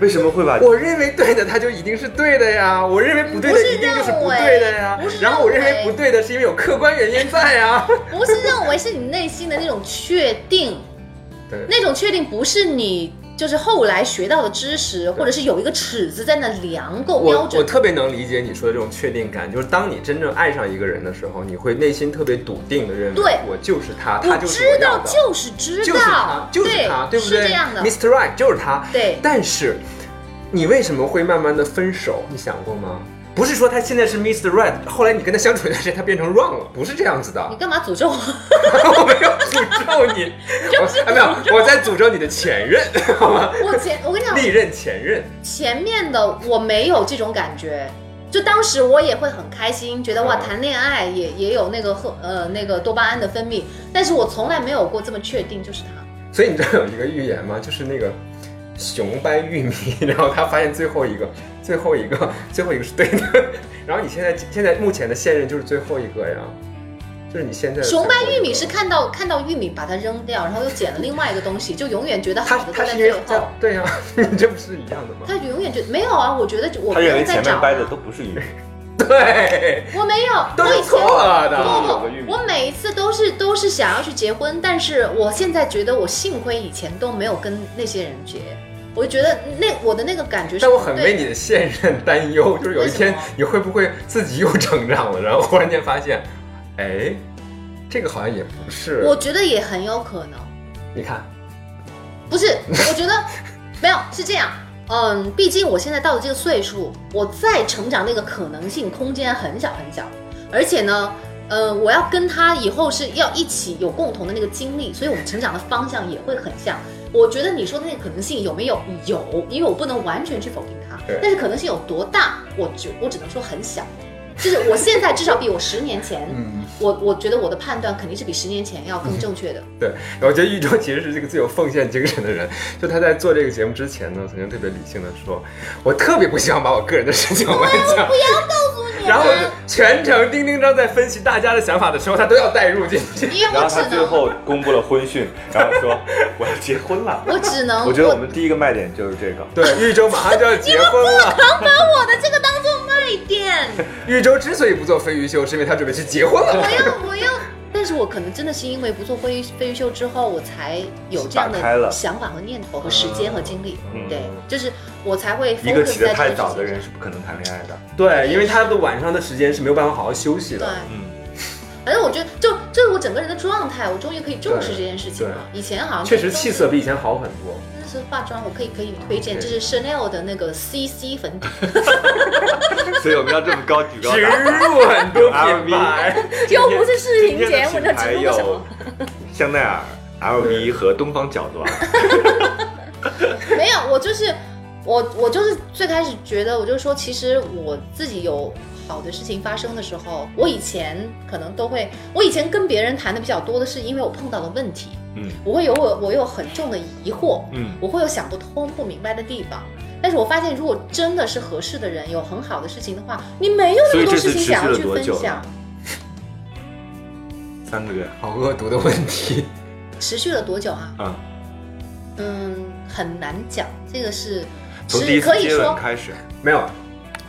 Speaker 1: 为什么会把？
Speaker 3: 我认为对的，它就一定是对的呀；我认为不对
Speaker 2: 不
Speaker 3: 的，
Speaker 2: 是
Speaker 3: 一定就是
Speaker 2: 认
Speaker 3: 不
Speaker 2: 为
Speaker 3: 对的呀
Speaker 2: 不是。
Speaker 3: 然后我认为
Speaker 2: 认为
Speaker 3: 不对的，是因为有客观原因在呀。
Speaker 2: 不是认为是你内心的那种确定，
Speaker 3: [laughs] 对，
Speaker 2: 那种确定不是你就是后来学到的知识，或者是有一个尺子在那量够 [laughs] 标
Speaker 3: 我我
Speaker 2: 准。
Speaker 3: 特别能理解你说的这种确定感，就是当你真正爱上一个人的时候，你会内心特别笃定的认为，
Speaker 2: 对
Speaker 3: 我就是他，他就是我
Speaker 2: 知
Speaker 3: 要
Speaker 2: 道
Speaker 3: 的，
Speaker 2: 就是知
Speaker 3: 就是他
Speaker 2: 道，，
Speaker 3: 就是他，对不对？
Speaker 2: 是这样的，
Speaker 3: ，Mr. Right 就是他。
Speaker 2: 对
Speaker 3: 但是你为什么会慢慢的分手？你想过吗？不是说他现在是 Mr. Right，后来你跟他相处一段时间，他变成 Wrong 了，不是这样子的
Speaker 2: 你。干嘛诅咒我？
Speaker 3: 我没有诅咒
Speaker 2: [laughs]
Speaker 3: 你，我啊没有，我在诅咒你的前任，好吗？
Speaker 2: 我前我跟你讲，
Speaker 3: 历任前任，
Speaker 2: 前面的我没有这种感觉，就当时我也会很开心，觉得哇，
Speaker 3: 嗯
Speaker 2: 谈恋爱也也有那个荷呃那个多巴胺的分泌，但是我从来没有过这么确定就是他。
Speaker 3: 所以你知道有一个寓言吗？就是那个熊掰玉米，然后他发现最后一个，最后一个，最后一个是对的。 [laughs] 然后你现在现在目前的现任就是最后一个呀，就是你现在的最
Speaker 2: 熊
Speaker 3: 后一
Speaker 2: 掰
Speaker 3: 个
Speaker 2: 玉米是看到看到玉米把它扔掉，然后又捡了另外一个东西，就永远觉得
Speaker 3: 他
Speaker 2: 好的
Speaker 3: 他
Speaker 2: 都在
Speaker 3: 是因为
Speaker 2: 最后。
Speaker 3: 在对呀、 [laughs] 你这不是一样的吗？
Speaker 2: 他永远觉得没有啊，我觉得我
Speaker 1: 他
Speaker 2: 不
Speaker 1: 认为
Speaker 2: 用再
Speaker 1: 前
Speaker 2: 找
Speaker 1: 面
Speaker 2: 啊
Speaker 1: 掰的都不是鱼，
Speaker 3: 对，
Speaker 2: 我没有，
Speaker 3: [laughs] 都
Speaker 2: 我
Speaker 3: 是
Speaker 2: 以前
Speaker 3: 错的。
Speaker 2: 不不，我每一次都是都是想要去结婚，但是我现在觉得我幸亏以前都没有跟那些人结，我就觉得那我的那个感觉是
Speaker 3: 但
Speaker 2: 不
Speaker 3: 我
Speaker 2: 对的，
Speaker 3: 很为你的现任担忧，就是有一天
Speaker 2: 为什么
Speaker 3: 你会不会自己又成长了，然后忽然间发现，哎，这个好像也不是。
Speaker 2: 我觉得也很有可能，
Speaker 3: 你看，
Speaker 2: 不是，我觉得没有是这样。嗯，毕竟我现在到了这个岁数，我再成长那个可能性空间很小很小，而且呢，呃，我要跟他以后是要一起有共同的那个经历，所以我们成长的方向也会很像。我觉得你说的那个可能性有没有？有，因为我不能完全去否定它
Speaker 3: 对，
Speaker 2: 但是可能性有多大，我只我只能说很小。就是我现在至少比我十年前，
Speaker 3: 嗯，
Speaker 2: 我我觉得我的判断肯定是比十年前要更正确
Speaker 1: [laughs]
Speaker 2: 的。
Speaker 3: 对，我觉得玉州其实是这个最有奉献精神的人。就他在做这个节目之前呢，曾经特别理性的说，我特别不希望把我个人的事情往外讲。然后全程丁丁章在分析大家的想法的时候，他都要带入进去。 [laughs]
Speaker 2: 因
Speaker 1: 然
Speaker 2: 为我
Speaker 1: 后
Speaker 2: 只
Speaker 1: 他最
Speaker 2: 能
Speaker 1: 后公布了婚讯，然后说我要结婚了。
Speaker 2: [laughs] 我只能，
Speaker 1: 我觉得我们第一个卖点就是这个。
Speaker 3: 对，玉州马上就要结婚了。
Speaker 2: 把我的这个当做卖点，
Speaker 3: 玉州之所以不做飞鱼秀，是因为他准备去结婚了。
Speaker 2: 我要我要。但是我可能真的是因为不做飞鱼飞鱼秀之后，我才有这样
Speaker 1: 打开了
Speaker 2: 的想法和念头和时间和精力。
Speaker 1: 嗯
Speaker 2: 对，就是我才会 focus
Speaker 1: 一个起得
Speaker 2: 在这
Speaker 1: 太
Speaker 2: 件
Speaker 1: 早的
Speaker 2: 事情
Speaker 1: 人是不可能谈恋爱的。
Speaker 3: 对，因为他的晚上的时间是没有办法好好休息
Speaker 2: 对
Speaker 3: 的。，
Speaker 1: 嗯，
Speaker 2: 反正我觉得就就是我整个人的状态，我终于可以重视这件事情了。以前好像
Speaker 3: 确实气色
Speaker 2: 比
Speaker 3: 比以前好很多。
Speaker 2: 那时候化妆，我可以可以推荐，
Speaker 3: 对
Speaker 2: 这是 Chanel 的那个 CC 粉底，
Speaker 1: 所以我们要这么高举高
Speaker 3: [laughs] 植
Speaker 1: 打。
Speaker 3: 入很多品牌，
Speaker 2: 又不是视
Speaker 1: 今
Speaker 2: 频
Speaker 1: 天
Speaker 2: 节
Speaker 1: 的
Speaker 2: 目，
Speaker 1: 品
Speaker 2: 那
Speaker 1: 牌
Speaker 2: 直播什么
Speaker 1: 有？香奈儿、LV 和东方角度啊。
Speaker 2: 没有，我就是我，我就是最开始觉得，我就说，其实我自己有好的事情发生的时候，我以前可能都会，我以前跟别人谈的比较多的是，因为我碰到了问题，
Speaker 1: 嗯
Speaker 2: 我会有我我有很重的疑惑，
Speaker 1: 嗯，
Speaker 2: 我会有想不通、不明白的地方。但是我发现，如果真的是合适的人，有很好的事情的话，你没有那么多事情想要去分
Speaker 1: 所以这次持续了多久
Speaker 2: 享
Speaker 1: 呢。三个月。
Speaker 3: 好恶毒的问题。
Speaker 2: 持续了多久啊？
Speaker 1: 嗯，
Speaker 2: 嗯，很难讲，这个是
Speaker 1: 从
Speaker 2: 只
Speaker 1: 第一次
Speaker 2: 可以
Speaker 1: 接
Speaker 2: 说
Speaker 1: 吻开始，
Speaker 3: [laughs] 没有，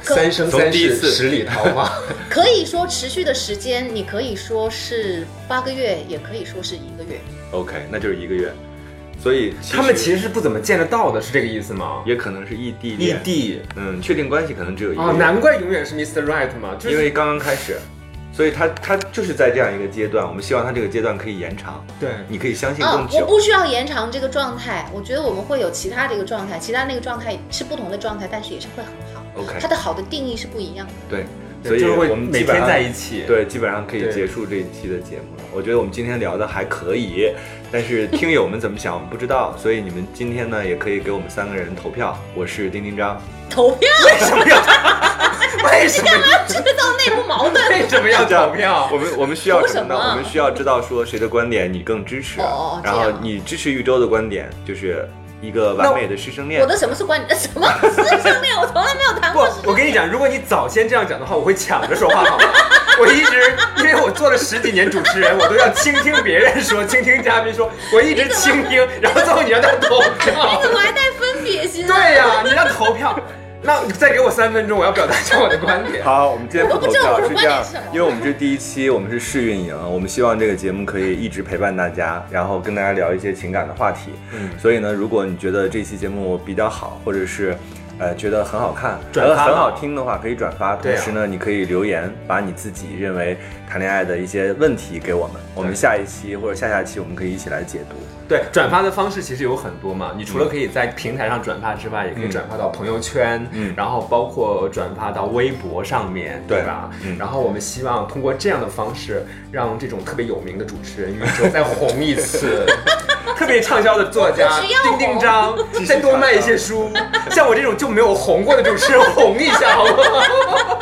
Speaker 2: 可
Speaker 3: 三生
Speaker 1: 从
Speaker 3: 三
Speaker 1: 第一
Speaker 3: 世
Speaker 1: 次
Speaker 3: 十里桃花。
Speaker 2: 可以说持续的时间，你可以说是八个月，也可以说是一个月。
Speaker 1: OK，那就是一个月。所以
Speaker 3: 他们 [laughs] 其实是不怎么见得到的，是这个意思吗？
Speaker 1: 也可能是异地
Speaker 3: 异
Speaker 1: 恋，
Speaker 3: 地
Speaker 1: 嗯，确定关系可能只有一
Speaker 3: 哦，
Speaker 1: 个月，
Speaker 3: 难怪永远是 Mr. Right 嘛，就
Speaker 1: 因
Speaker 3: 是
Speaker 1: 为刚刚开始，所以他他就是在这样一个阶段，我们希望他这个阶段可以延长，
Speaker 3: 对
Speaker 1: 你可以相信
Speaker 2: 嗯
Speaker 1: 更，
Speaker 2: 我
Speaker 1: 久。
Speaker 2: 不需要延长这个状态，我觉得我们会有其他这个状态，其他那个状态是不同的状态，但是也是会很好。
Speaker 1: OK，
Speaker 2: 它的好的定义是不一样的。
Speaker 1: 对，所以
Speaker 3: 就是会
Speaker 1: 我们
Speaker 3: 每
Speaker 1: 基本
Speaker 3: 天
Speaker 1: 上
Speaker 3: 在一起。 [laughs]
Speaker 1: 对，基本上可以
Speaker 3: 对
Speaker 1: 结束这一期的节目了。我觉得我们今天聊的还可以，但是听友们怎么想我们不知道，所以你们今天呢也可以给我们三个人投票。我是丁丁
Speaker 2: 哦
Speaker 1: 张，
Speaker 2: 投票
Speaker 3: 为什么要？为什么？ [laughs]
Speaker 2: 知道内部矛盾。
Speaker 3: 为什么要投票
Speaker 1: 我？们我们需要什么呢？
Speaker 2: 投什么啊
Speaker 1: 我们需要知道说谁的观点你更支持，
Speaker 2: 哦哦
Speaker 1: 然
Speaker 2: 这
Speaker 1: 后
Speaker 2: 样
Speaker 1: 你支持玉州的观点就是一个完美的师生恋
Speaker 2: 我。的什么是观？什么师生恋？我从来没有谈
Speaker 3: 不
Speaker 2: 过师，
Speaker 3: 我
Speaker 2: 生
Speaker 3: 跟你讲，如果你早先这样讲的话，我会抢着说话，好吗？我一直，因为我做了十几年主持人，我都要倾听别人说，倾听嘉宾说，我一直倾听，然后最后你让他投
Speaker 2: [laughs]
Speaker 3: 票
Speaker 2: 你，怎么还带分别心呢？
Speaker 3: 对呀、你让投票，那你再给我三分钟，我要表达一下我的观点。
Speaker 1: 好，我们今天不
Speaker 2: 我都
Speaker 1: 投
Speaker 2: 不知道
Speaker 1: 票
Speaker 2: 我的
Speaker 1: 是
Speaker 2: 观
Speaker 1: 这样
Speaker 2: 点是什么，
Speaker 1: 因为我们是第一期，我们是试运营，我们希望这个节目可以一直陪伴大家，然后跟大家聊一些情感的话题。
Speaker 3: 嗯
Speaker 1: 所以呢，如果你觉得这期节目比较好，或者是呃觉得很好看，
Speaker 3: 转发吧
Speaker 1: 呃很好听的话，可以转发。
Speaker 3: 对
Speaker 1: 同
Speaker 3: 啊
Speaker 1: 时呢，你可以留言，把你自己认为谈恋爱的一些问题给我们，我们下一期或者下下期我们可以一起来解读。
Speaker 3: 对，嗯转发的方式其实有很多嘛，你除了可以在平台上转发之外，也可以转发到朋友圈，
Speaker 1: 嗯
Speaker 3: 然后包括转发到微博上面，
Speaker 1: 对
Speaker 3: 吧？
Speaker 1: 嗯
Speaker 3: 然后我们希望通过这样的方式，让这种特别有名的主持人宇宙再红一 [laughs] 次。特别畅销的作家
Speaker 2: 我只要
Speaker 3: 丁丁 [laughs] 张
Speaker 1: 继，续
Speaker 3: 再多
Speaker 1: 畅销
Speaker 3: 卖一些书。像我这种就没有红过的主持人，红一下好不好？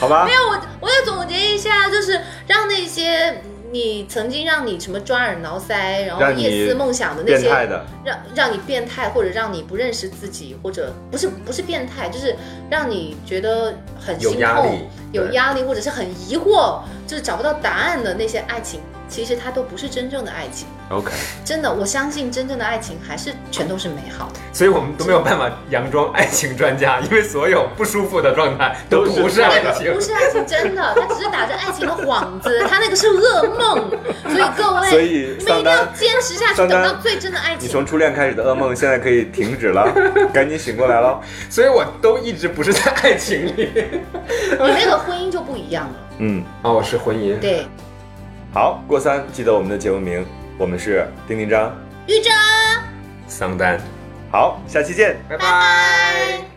Speaker 1: [laughs] 好吧
Speaker 2: 没？有，我哎我要总结一下，就是让那些嗯你曾经让你什么抓耳挠腮，然后
Speaker 1: 让你
Speaker 2: 夜思梦想的那
Speaker 1: 变
Speaker 2: 些，
Speaker 1: 态的，
Speaker 2: 让让你变态，或者让你不认识自己，或者不是不是变态，就是让你觉得很
Speaker 3: 有
Speaker 2: 心
Speaker 3: 压力
Speaker 2: 痛、有
Speaker 3: 对
Speaker 2: 压力，或者是很疑惑，就是找不到答案的那些爱情，其实它都不是真正的爱情。
Speaker 1: OK，
Speaker 2: 真的，我相信真正的爱情还是全都是美好的。
Speaker 3: [laughs] 所以我们都没有办法佯装爱情专家，因为所有不舒服的状态都
Speaker 1: 都是
Speaker 3: 不是
Speaker 1: 爱
Speaker 3: 爱
Speaker 1: 的
Speaker 3: 情
Speaker 2: 不。是爱情，真的，它只是打着爱情的幌子，它那个是噩梦。所以各位，
Speaker 1: 所以
Speaker 2: 你们
Speaker 1: 上
Speaker 2: 一定要
Speaker 1: 单。
Speaker 2: 坚持下去，
Speaker 1: 上
Speaker 2: 等
Speaker 1: 单
Speaker 2: 到最真的爱
Speaker 1: 你
Speaker 2: 情。
Speaker 1: 从初恋开始的噩梦现在可以停止了，
Speaker 2: [laughs]
Speaker 1: 赶紧醒过来喽。
Speaker 3: 所以我都一直不是在爱情里。
Speaker 2: 你那个婚姻就不一样了。
Speaker 1: 嗯，
Speaker 3: [laughs] 哦，我是婚姻。
Speaker 1: [laughs]
Speaker 2: 对，
Speaker 1: 好，过三记得我们的节目名，我们是丁丁张。
Speaker 2: 玉珍，
Speaker 3: 桑丹，
Speaker 1: 好，下期见。
Speaker 3: 拜
Speaker 2: 拜拜。